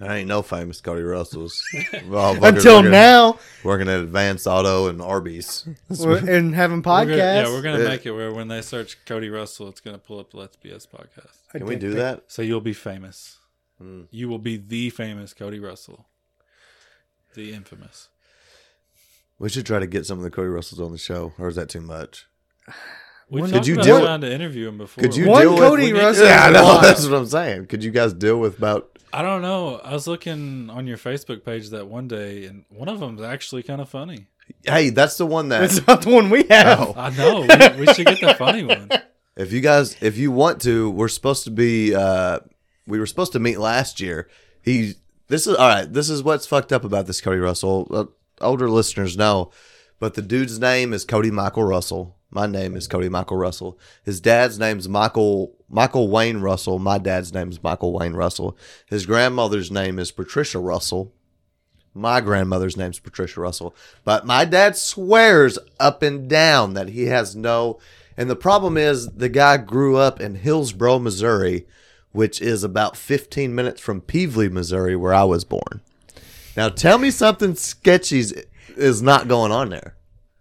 Speaker 1: I ain't no famous Cody Russells. Well,
Speaker 2: until
Speaker 1: fucking-
Speaker 2: now,
Speaker 1: working at Advanced Auto and Arby's.
Speaker 2: we're- and having
Speaker 3: We're gonna-
Speaker 2: podcasts.
Speaker 3: yeah, we're gonna
Speaker 1: Yeah.
Speaker 3: make it where when they search Cody Russell, it's gonna pull up the Let's BS podcast.
Speaker 2: I
Speaker 1: Can we
Speaker 2: did
Speaker 1: do
Speaker 2: think-
Speaker 1: that?
Speaker 3: So you'll be famous.
Speaker 1: Mm.
Speaker 3: You will be the famous Cody Russell, the infamous.
Speaker 1: We should try to get some of the Cody Russells on the show, or is that too much?
Speaker 3: We
Speaker 2: Could
Speaker 3: talked
Speaker 1: you
Speaker 3: about
Speaker 1: deal with-
Speaker 3: trying to interview him before.
Speaker 1: Could you
Speaker 2: One
Speaker 1: deal
Speaker 2: Cody
Speaker 1: with,
Speaker 2: Russell
Speaker 1: Yeah, I
Speaker 2: is
Speaker 1: know.
Speaker 2: a lot.
Speaker 1: That's what I'm saying. Could you guys deal with about?
Speaker 3: I don't know. I was looking on your Facebook page that one day, and one of them's actually kind of funny.
Speaker 1: Hey, that's the one that.
Speaker 2: That's not the one we have.
Speaker 1: Oh.
Speaker 3: I know. We, we should get the funny one.
Speaker 1: If you guys, if you want to, we're supposed to be. uh We were supposed to meet last year. He. This is all right. This is what's fucked up about this Cody Russell. Uh, older listeners know, but the dude's name is Cody Michael Russell. My name is Cody Michael Russell. His dad's name's Michael Michael Wayne Russell. My dad's name's Michael Wayne Russell. His grandmother's name is Patricia Russell. My grandmother's name's Patricia Russell. But my dad swears up and down that he has no. And the problem is, the guy grew up in Hillsboro, Missouri, which is about 15 minutes from Peevely, Missouri, where I was born. Now, tell me something sketchy is- is not going on there.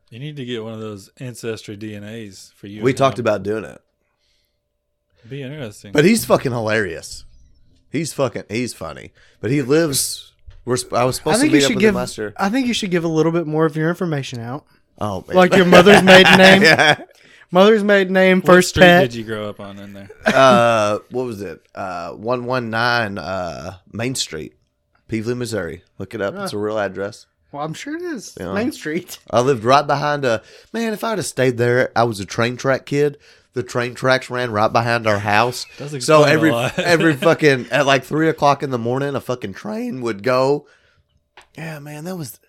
Speaker 3: You need to get one of those ancestry DNAs for you.
Speaker 1: We
Speaker 3: and
Speaker 1: talked
Speaker 3: him.
Speaker 1: about doing it,
Speaker 3: Be interesting.
Speaker 1: but he's fucking hilarious. He's fucking, he's funny. But he lives. We're, sp- I was
Speaker 2: I
Speaker 1: supposed to
Speaker 2: think
Speaker 1: meet
Speaker 2: you
Speaker 1: up
Speaker 2: should
Speaker 1: with
Speaker 2: give.
Speaker 1: him last year.
Speaker 2: I think you should give a little bit more of your information out,
Speaker 1: Oh, man.
Speaker 2: like your mother's maiden name,
Speaker 1: yeah.
Speaker 2: mother's maiden name,
Speaker 3: What
Speaker 2: first
Speaker 3: street
Speaker 2: pet.
Speaker 3: did you grow up on in there?
Speaker 1: uh, what was it? Uh, one one nine uh Main Street, Peevely, Missouri. Look it up. It's a
Speaker 3: Ah.
Speaker 1: real address.
Speaker 2: Well, I'm sure it is
Speaker 1: Yeah.
Speaker 2: Main Street.
Speaker 1: I lived right behind a man. If I'd have stayed there, I was a train track kid. The train tracks ran right behind our house.
Speaker 3: Does
Speaker 1: So
Speaker 3: explain a
Speaker 1: every
Speaker 3: lot.
Speaker 1: every fucking at like three o'clock in the morning, a fucking train would go. Yeah, man, that was.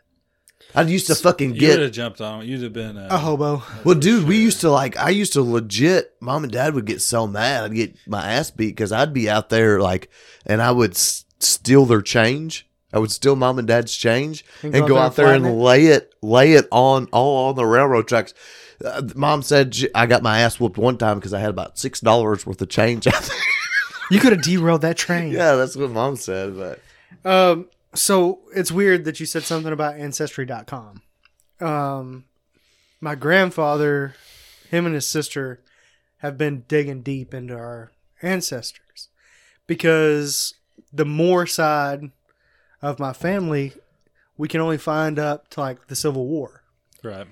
Speaker 1: I used to fucking
Speaker 3: you would
Speaker 1: get. Uh-huh.
Speaker 3: have jumped on. it. You'd have been. Uh,
Speaker 2: A hobo.
Speaker 1: Well, dude, we used to like. I used to legit. Mom and dad would get so mad. I'd get my ass beat because I'd be out there like, and I would s- steal their change. I would steal mom and dad's change and, go out there and
Speaker 2: flatten it.
Speaker 1: lay it, lay it on all on the railroad tracks. Uh, mom said she, I got my ass whooped one time because I had about six dollars worth of change out there.
Speaker 2: You could have derailed that train.
Speaker 1: yeah, that's what mom said. But
Speaker 2: Um, so it's weird that you said something about ancestry.com. Um, my grandfather, him and his sister have been digging deep into our ancestors because the Moore side of my family, we can only find up to like the Civil War.
Speaker 3: right.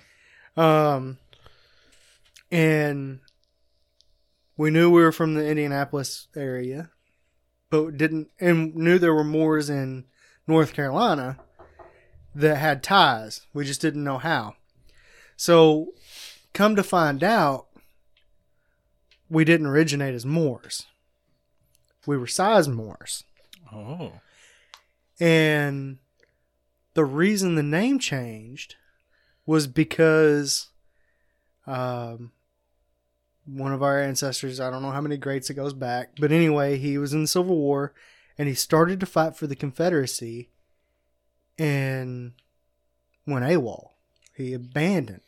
Speaker 2: Um, and we knew we were from the Indianapolis area, but didn't, and knew there were Moors in North Carolina that had ties. We just didn't know how. So, come to find out, we didn't originate as Moors. We were size Moors.
Speaker 3: Oh,
Speaker 2: And the reason the name changed was because um, one of our ancestors, I don't know how many greats it goes back, but anyway, he was in the Civil War and he started to fight for the Confederacy and went AWOL. He abandoned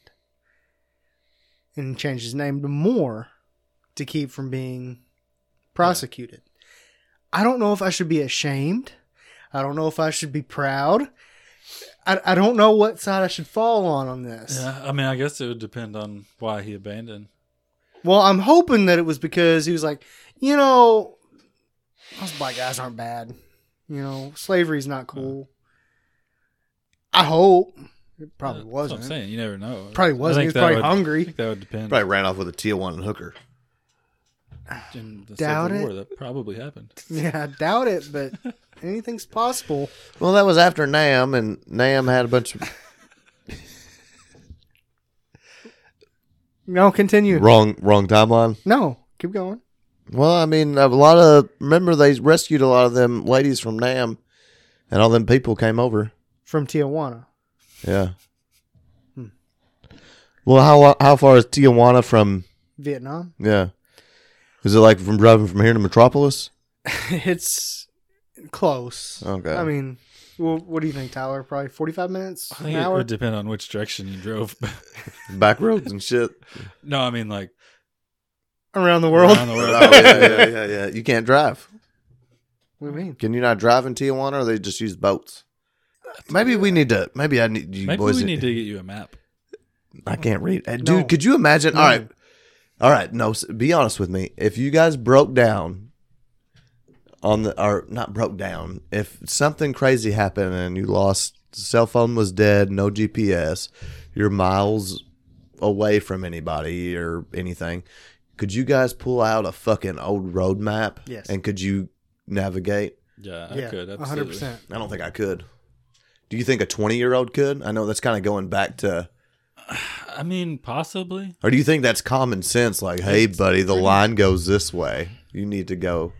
Speaker 2: and changed his name to Moore to keep from being prosecuted. I don't know if I should be ashamed. I don't know if I should be proud. I, I don't know what side I should fall on on this.
Speaker 3: Yeah, I mean, I guess it would depend on why he abandoned.
Speaker 2: Well, I'm hoping that it was because he was like, you know, those black guys aren't bad. You know, slavery's not cool. I hope it probably
Speaker 3: Yeah, that's
Speaker 2: wasn't.
Speaker 3: What I'm saying you never know.
Speaker 2: Probably
Speaker 3: I
Speaker 2: wasn't. He was
Speaker 3: think that
Speaker 2: probably
Speaker 3: would- I
Speaker 2: hungry.
Speaker 3: think that would depend.
Speaker 1: Probably ran off with a Tijuana hooker.
Speaker 3: In the
Speaker 2: Doubt
Speaker 3: Civil
Speaker 2: it.
Speaker 3: War, that probably happened.
Speaker 2: Yeah, I doubt it, but anything's possible.
Speaker 1: Well, that was after Nam, and Nam had a bunch of
Speaker 2: No, continue.
Speaker 1: wrong wrong timeline.
Speaker 2: No, keep going.
Speaker 1: Well, I mean, a lot of remember they rescued a lot of them ladies from Nam, and all them people came over.
Speaker 2: From Tijuana.
Speaker 1: Yeah. Hmm. Well, how how far is Tijuana from?
Speaker 2: Vietnam.
Speaker 1: Yeah, is it like from driving from here to Metropolis?
Speaker 2: it's close.
Speaker 1: Okay.
Speaker 2: I mean, well, what do you think, Tyler? Probably 45 minutes?
Speaker 3: I
Speaker 2: An
Speaker 3: think it
Speaker 2: hour?
Speaker 3: would depend on which direction you drove.
Speaker 1: Back roads and shit.
Speaker 3: no, I mean like
Speaker 2: Around the world?
Speaker 3: around the
Speaker 1: oh,
Speaker 3: world.
Speaker 1: yeah, yeah, yeah, yeah. You can't drive.
Speaker 2: What do you mean?
Speaker 1: Can you not drive in Tijuana, or they just use boats? Maybe we need to. Maybe I need you
Speaker 3: Maybe
Speaker 1: boys.
Speaker 3: we need to get you a map.
Speaker 1: I can't read, Uh, dude.
Speaker 2: No.
Speaker 1: Could you imagine? All
Speaker 2: No.
Speaker 1: right, all right. No, s- be honest with me. If you guys broke down on the, or not broke down, if something crazy happened and you lost, cell phone was dead, no GPS, you're miles away from anybody or anything. Could you guys pull out a fucking old road map?
Speaker 2: Yes.
Speaker 1: And could you navigate?
Speaker 3: Yeah, I
Speaker 2: yeah,
Speaker 3: could. Absolutely.
Speaker 2: 100%.
Speaker 1: I don't think I could. Do you think a 20 year old could? I know that's kind of going back to,
Speaker 3: I mean, possibly.
Speaker 1: or do you think that's common sense? Like, hey, buddy, the line goes this way. You need to go.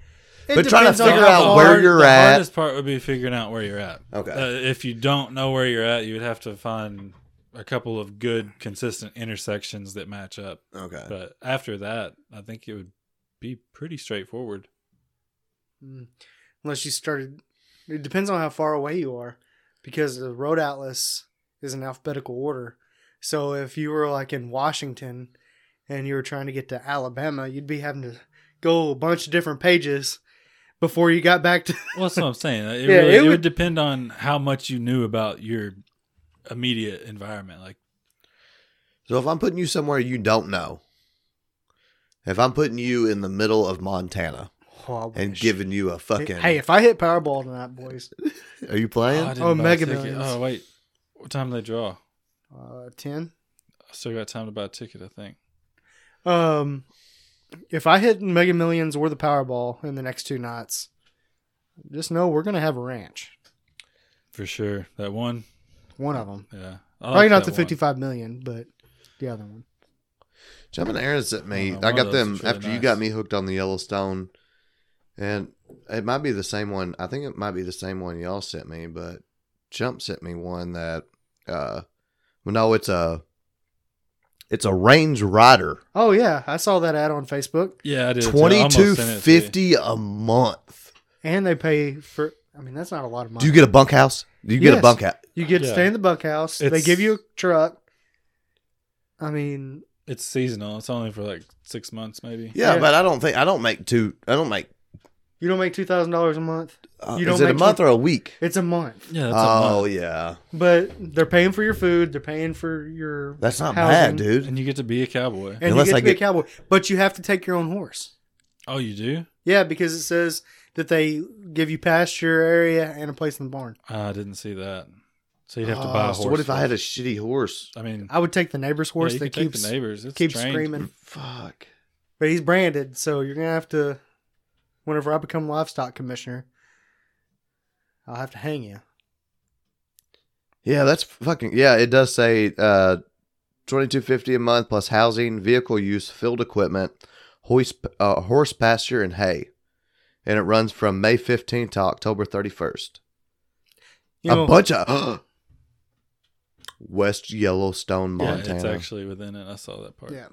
Speaker 2: It
Speaker 1: But trying to
Speaker 2: depends on
Speaker 1: figure
Speaker 2: how
Speaker 1: out
Speaker 3: The
Speaker 2: far-
Speaker 1: where
Speaker 3: hard-
Speaker 1: you're
Speaker 3: the
Speaker 1: at.
Speaker 3: hardest part would be figuring out where you're at.
Speaker 1: Okay.
Speaker 3: Uh, if you don't know where you're at, you would have to find a couple of good, consistent intersections that match up.
Speaker 1: Okay.
Speaker 3: But after that, I think it would be pretty straightforward.
Speaker 2: Mm. Unless you started, it depends on how far away you are, because the road atlas is in alphabetical order. So if you were like in Washington and you were trying to get to Alabama, you'd be having to go a bunch of different pages before you got back to.
Speaker 3: Well, that's what I'm saying. It,
Speaker 2: Yeah,
Speaker 3: really,
Speaker 2: it
Speaker 3: it, would,
Speaker 2: would-
Speaker 3: depend on how much you knew about your immediate environment. Like,
Speaker 1: So if I'm putting you somewhere you don't know, if I'm putting you in the middle of Montana
Speaker 2: Oh, I
Speaker 1: and
Speaker 2: wish.
Speaker 1: giving you a fucking,
Speaker 2: Hey, if I hit Powerball tonight, boys,
Speaker 1: are you
Speaker 3: I
Speaker 1: playing?
Speaker 3: didn't
Speaker 2: Oh,
Speaker 3: buy a
Speaker 2: Mega
Speaker 3: ticket.
Speaker 2: Millions.
Speaker 3: Oh, wait. What time do they draw?
Speaker 2: uh, ten.
Speaker 3: I still got time to buy a ticket, I think.
Speaker 2: Um, if I hit Mega Millions or the Powerball in the next two nights, just know we're gonna have a ranch.
Speaker 3: For sure. That one.
Speaker 2: One of them.
Speaker 3: Yeah.
Speaker 2: Probably not the fifty-five million, but the other one.
Speaker 1: Jumping arrows at me.
Speaker 3: Oh, no,
Speaker 1: I
Speaker 3: one
Speaker 1: got
Speaker 3: of
Speaker 1: them
Speaker 3: those is really
Speaker 1: after you got
Speaker 3: nice.
Speaker 1: me hooked on the Yellowstone, and it might be the same one. I think it might be the same one y'all sent me, but Jump sent me one that. uh well, No, it's a. It's a Range Rider,
Speaker 2: Oh yeah, I saw that ad on Facebook,
Speaker 3: Yeah, I did. too. I
Speaker 1: twenty
Speaker 3: almost
Speaker 1: two
Speaker 3: sent it to you.
Speaker 1: fifty a month.
Speaker 2: and they pay for. I mean, that's not a lot of money.
Speaker 1: Do you get a bunkhouse? Do you get a
Speaker 2: Yes.
Speaker 1: bunkhouse?
Speaker 2: You get to
Speaker 3: Yeah.
Speaker 2: stay in the bunkhouse. They
Speaker 3: It's-
Speaker 2: give you a truck. I mean,
Speaker 3: It's seasonal. It's only for like six months, maybe.
Speaker 1: Yeah,
Speaker 2: Yeah.
Speaker 1: but I don't think I don't make two. I don't make.
Speaker 2: you don't make two thousand dollars a month.
Speaker 1: Uh,
Speaker 2: You
Speaker 1: is
Speaker 2: don't
Speaker 1: it a
Speaker 2: make
Speaker 1: month or a week?
Speaker 2: It's a month,
Speaker 3: Yeah. That's a
Speaker 1: Oh
Speaker 3: month.
Speaker 1: yeah,
Speaker 2: but they're paying for your food. They're paying for your.
Speaker 1: that's not bad,
Speaker 2: housing,
Speaker 1: dude.
Speaker 3: And you get to be a cowboy.
Speaker 2: And
Speaker 1: Unless
Speaker 2: you get
Speaker 1: I
Speaker 2: to be
Speaker 1: get-
Speaker 2: a cowboy, but you have to take your own horse.
Speaker 3: Oh, you do?
Speaker 2: Yeah, because it says that they give you pasture area and a place in the barn.
Speaker 3: Uh, I didn't see that. So you'd have
Speaker 2: Uh,
Speaker 3: to buy a
Speaker 1: Oh,
Speaker 3: horse.
Speaker 1: so what if I had a
Speaker 3: first.
Speaker 1: shitty horse?
Speaker 3: I mean,
Speaker 2: I would take the neighbor's horse
Speaker 3: yeah, you
Speaker 2: that
Speaker 3: can take
Speaker 2: keeps
Speaker 3: the neighbors. It's
Speaker 2: keeps
Speaker 3: trained.
Speaker 2: screaming.
Speaker 1: Fuck.
Speaker 2: But he's branded, so you're gonna have to. Whenever I become livestock commissioner, I'll have to hang you.
Speaker 1: Yeah, that's fucking. Yeah, it does say uh, twenty two fifty a month plus housing, vehicle use, field equipment, hoist, uh, horse pasture, and hay. And it runs from May fifteenth to October thirty first.
Speaker 2: You
Speaker 1: a
Speaker 2: know,
Speaker 1: bunch of West Yellowstone,
Speaker 3: Yeah,
Speaker 1: Montana.
Speaker 3: it's actually within it. I saw that part.
Speaker 2: Yeah.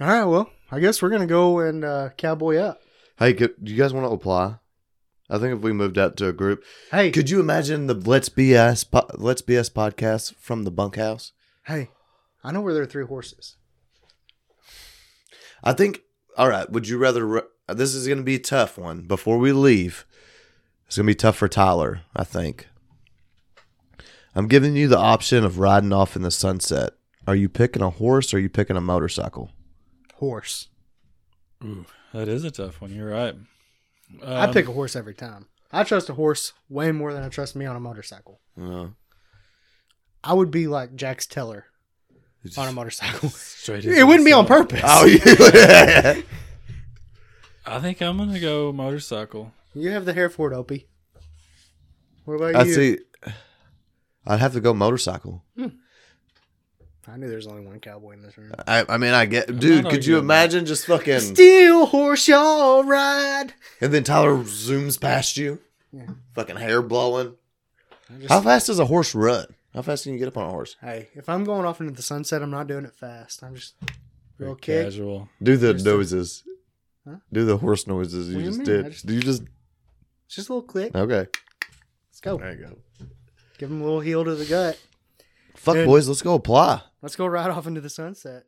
Speaker 2: All right. Well, I guess we're gonna go and uh, cowboy up.
Speaker 1: hey, could, do you guys want to apply? I think if we moved out to a group,
Speaker 2: Hey,
Speaker 1: could you imagine the Let's BS po- Let's BS podcast from the bunkhouse?
Speaker 2: hey, I know where there are three horses.
Speaker 1: I think. All right. Would you rather? Re- this is going to be a tough one. Before we leave, it's going to be tough for Tyler. I think. I'm giving you the option of riding off in the sunset. Are you picking a horse or are you picking a motorcycle?
Speaker 2: Horse.
Speaker 3: Ooh, that is a tough one. You're right. Um,
Speaker 2: I pick a horse every time. I trust a horse way more than I trust me on a motorcycle. I would be like Jax Teller on a motorcycle.
Speaker 3: straight.
Speaker 2: it wouldn't be on purpose.
Speaker 1: Oh, yeah.
Speaker 3: I think I'm gonna go motorcycle.
Speaker 2: You have the hair for it, Opie. What about
Speaker 1: I
Speaker 2: you?
Speaker 1: see. I'd have to go motorcycle.
Speaker 2: I knew there's only one cowboy in this room.
Speaker 1: I, I mean, I get, dude.
Speaker 3: not
Speaker 1: Could you
Speaker 3: arguing that.
Speaker 1: imagine just fucking?
Speaker 2: Steel horse, y'all ride.
Speaker 1: And then Tyler zooms past you,
Speaker 2: Yeah.
Speaker 1: fucking hair blowing.
Speaker 2: I just-
Speaker 1: How fast does a horse run? How fast can you get up on a horse?
Speaker 2: Hey, if I'm going off into the sunset, I'm not doing it fast. I'm just real
Speaker 3: Very
Speaker 2: kick.
Speaker 3: Casual.
Speaker 1: Do the
Speaker 2: Just a-
Speaker 1: noises.
Speaker 2: Huh?
Speaker 1: Do the horse noises you
Speaker 2: What do you
Speaker 1: just
Speaker 2: mean? I
Speaker 1: did.
Speaker 2: just-
Speaker 1: Do you just
Speaker 2: It's just a little click.
Speaker 1: okay?
Speaker 2: Let's go.
Speaker 1: There you go.
Speaker 2: Give him a little heel to the gut.
Speaker 1: Fuck
Speaker 2: Dude.
Speaker 1: boys, let's go apply.
Speaker 2: Let's go right off into the sunset.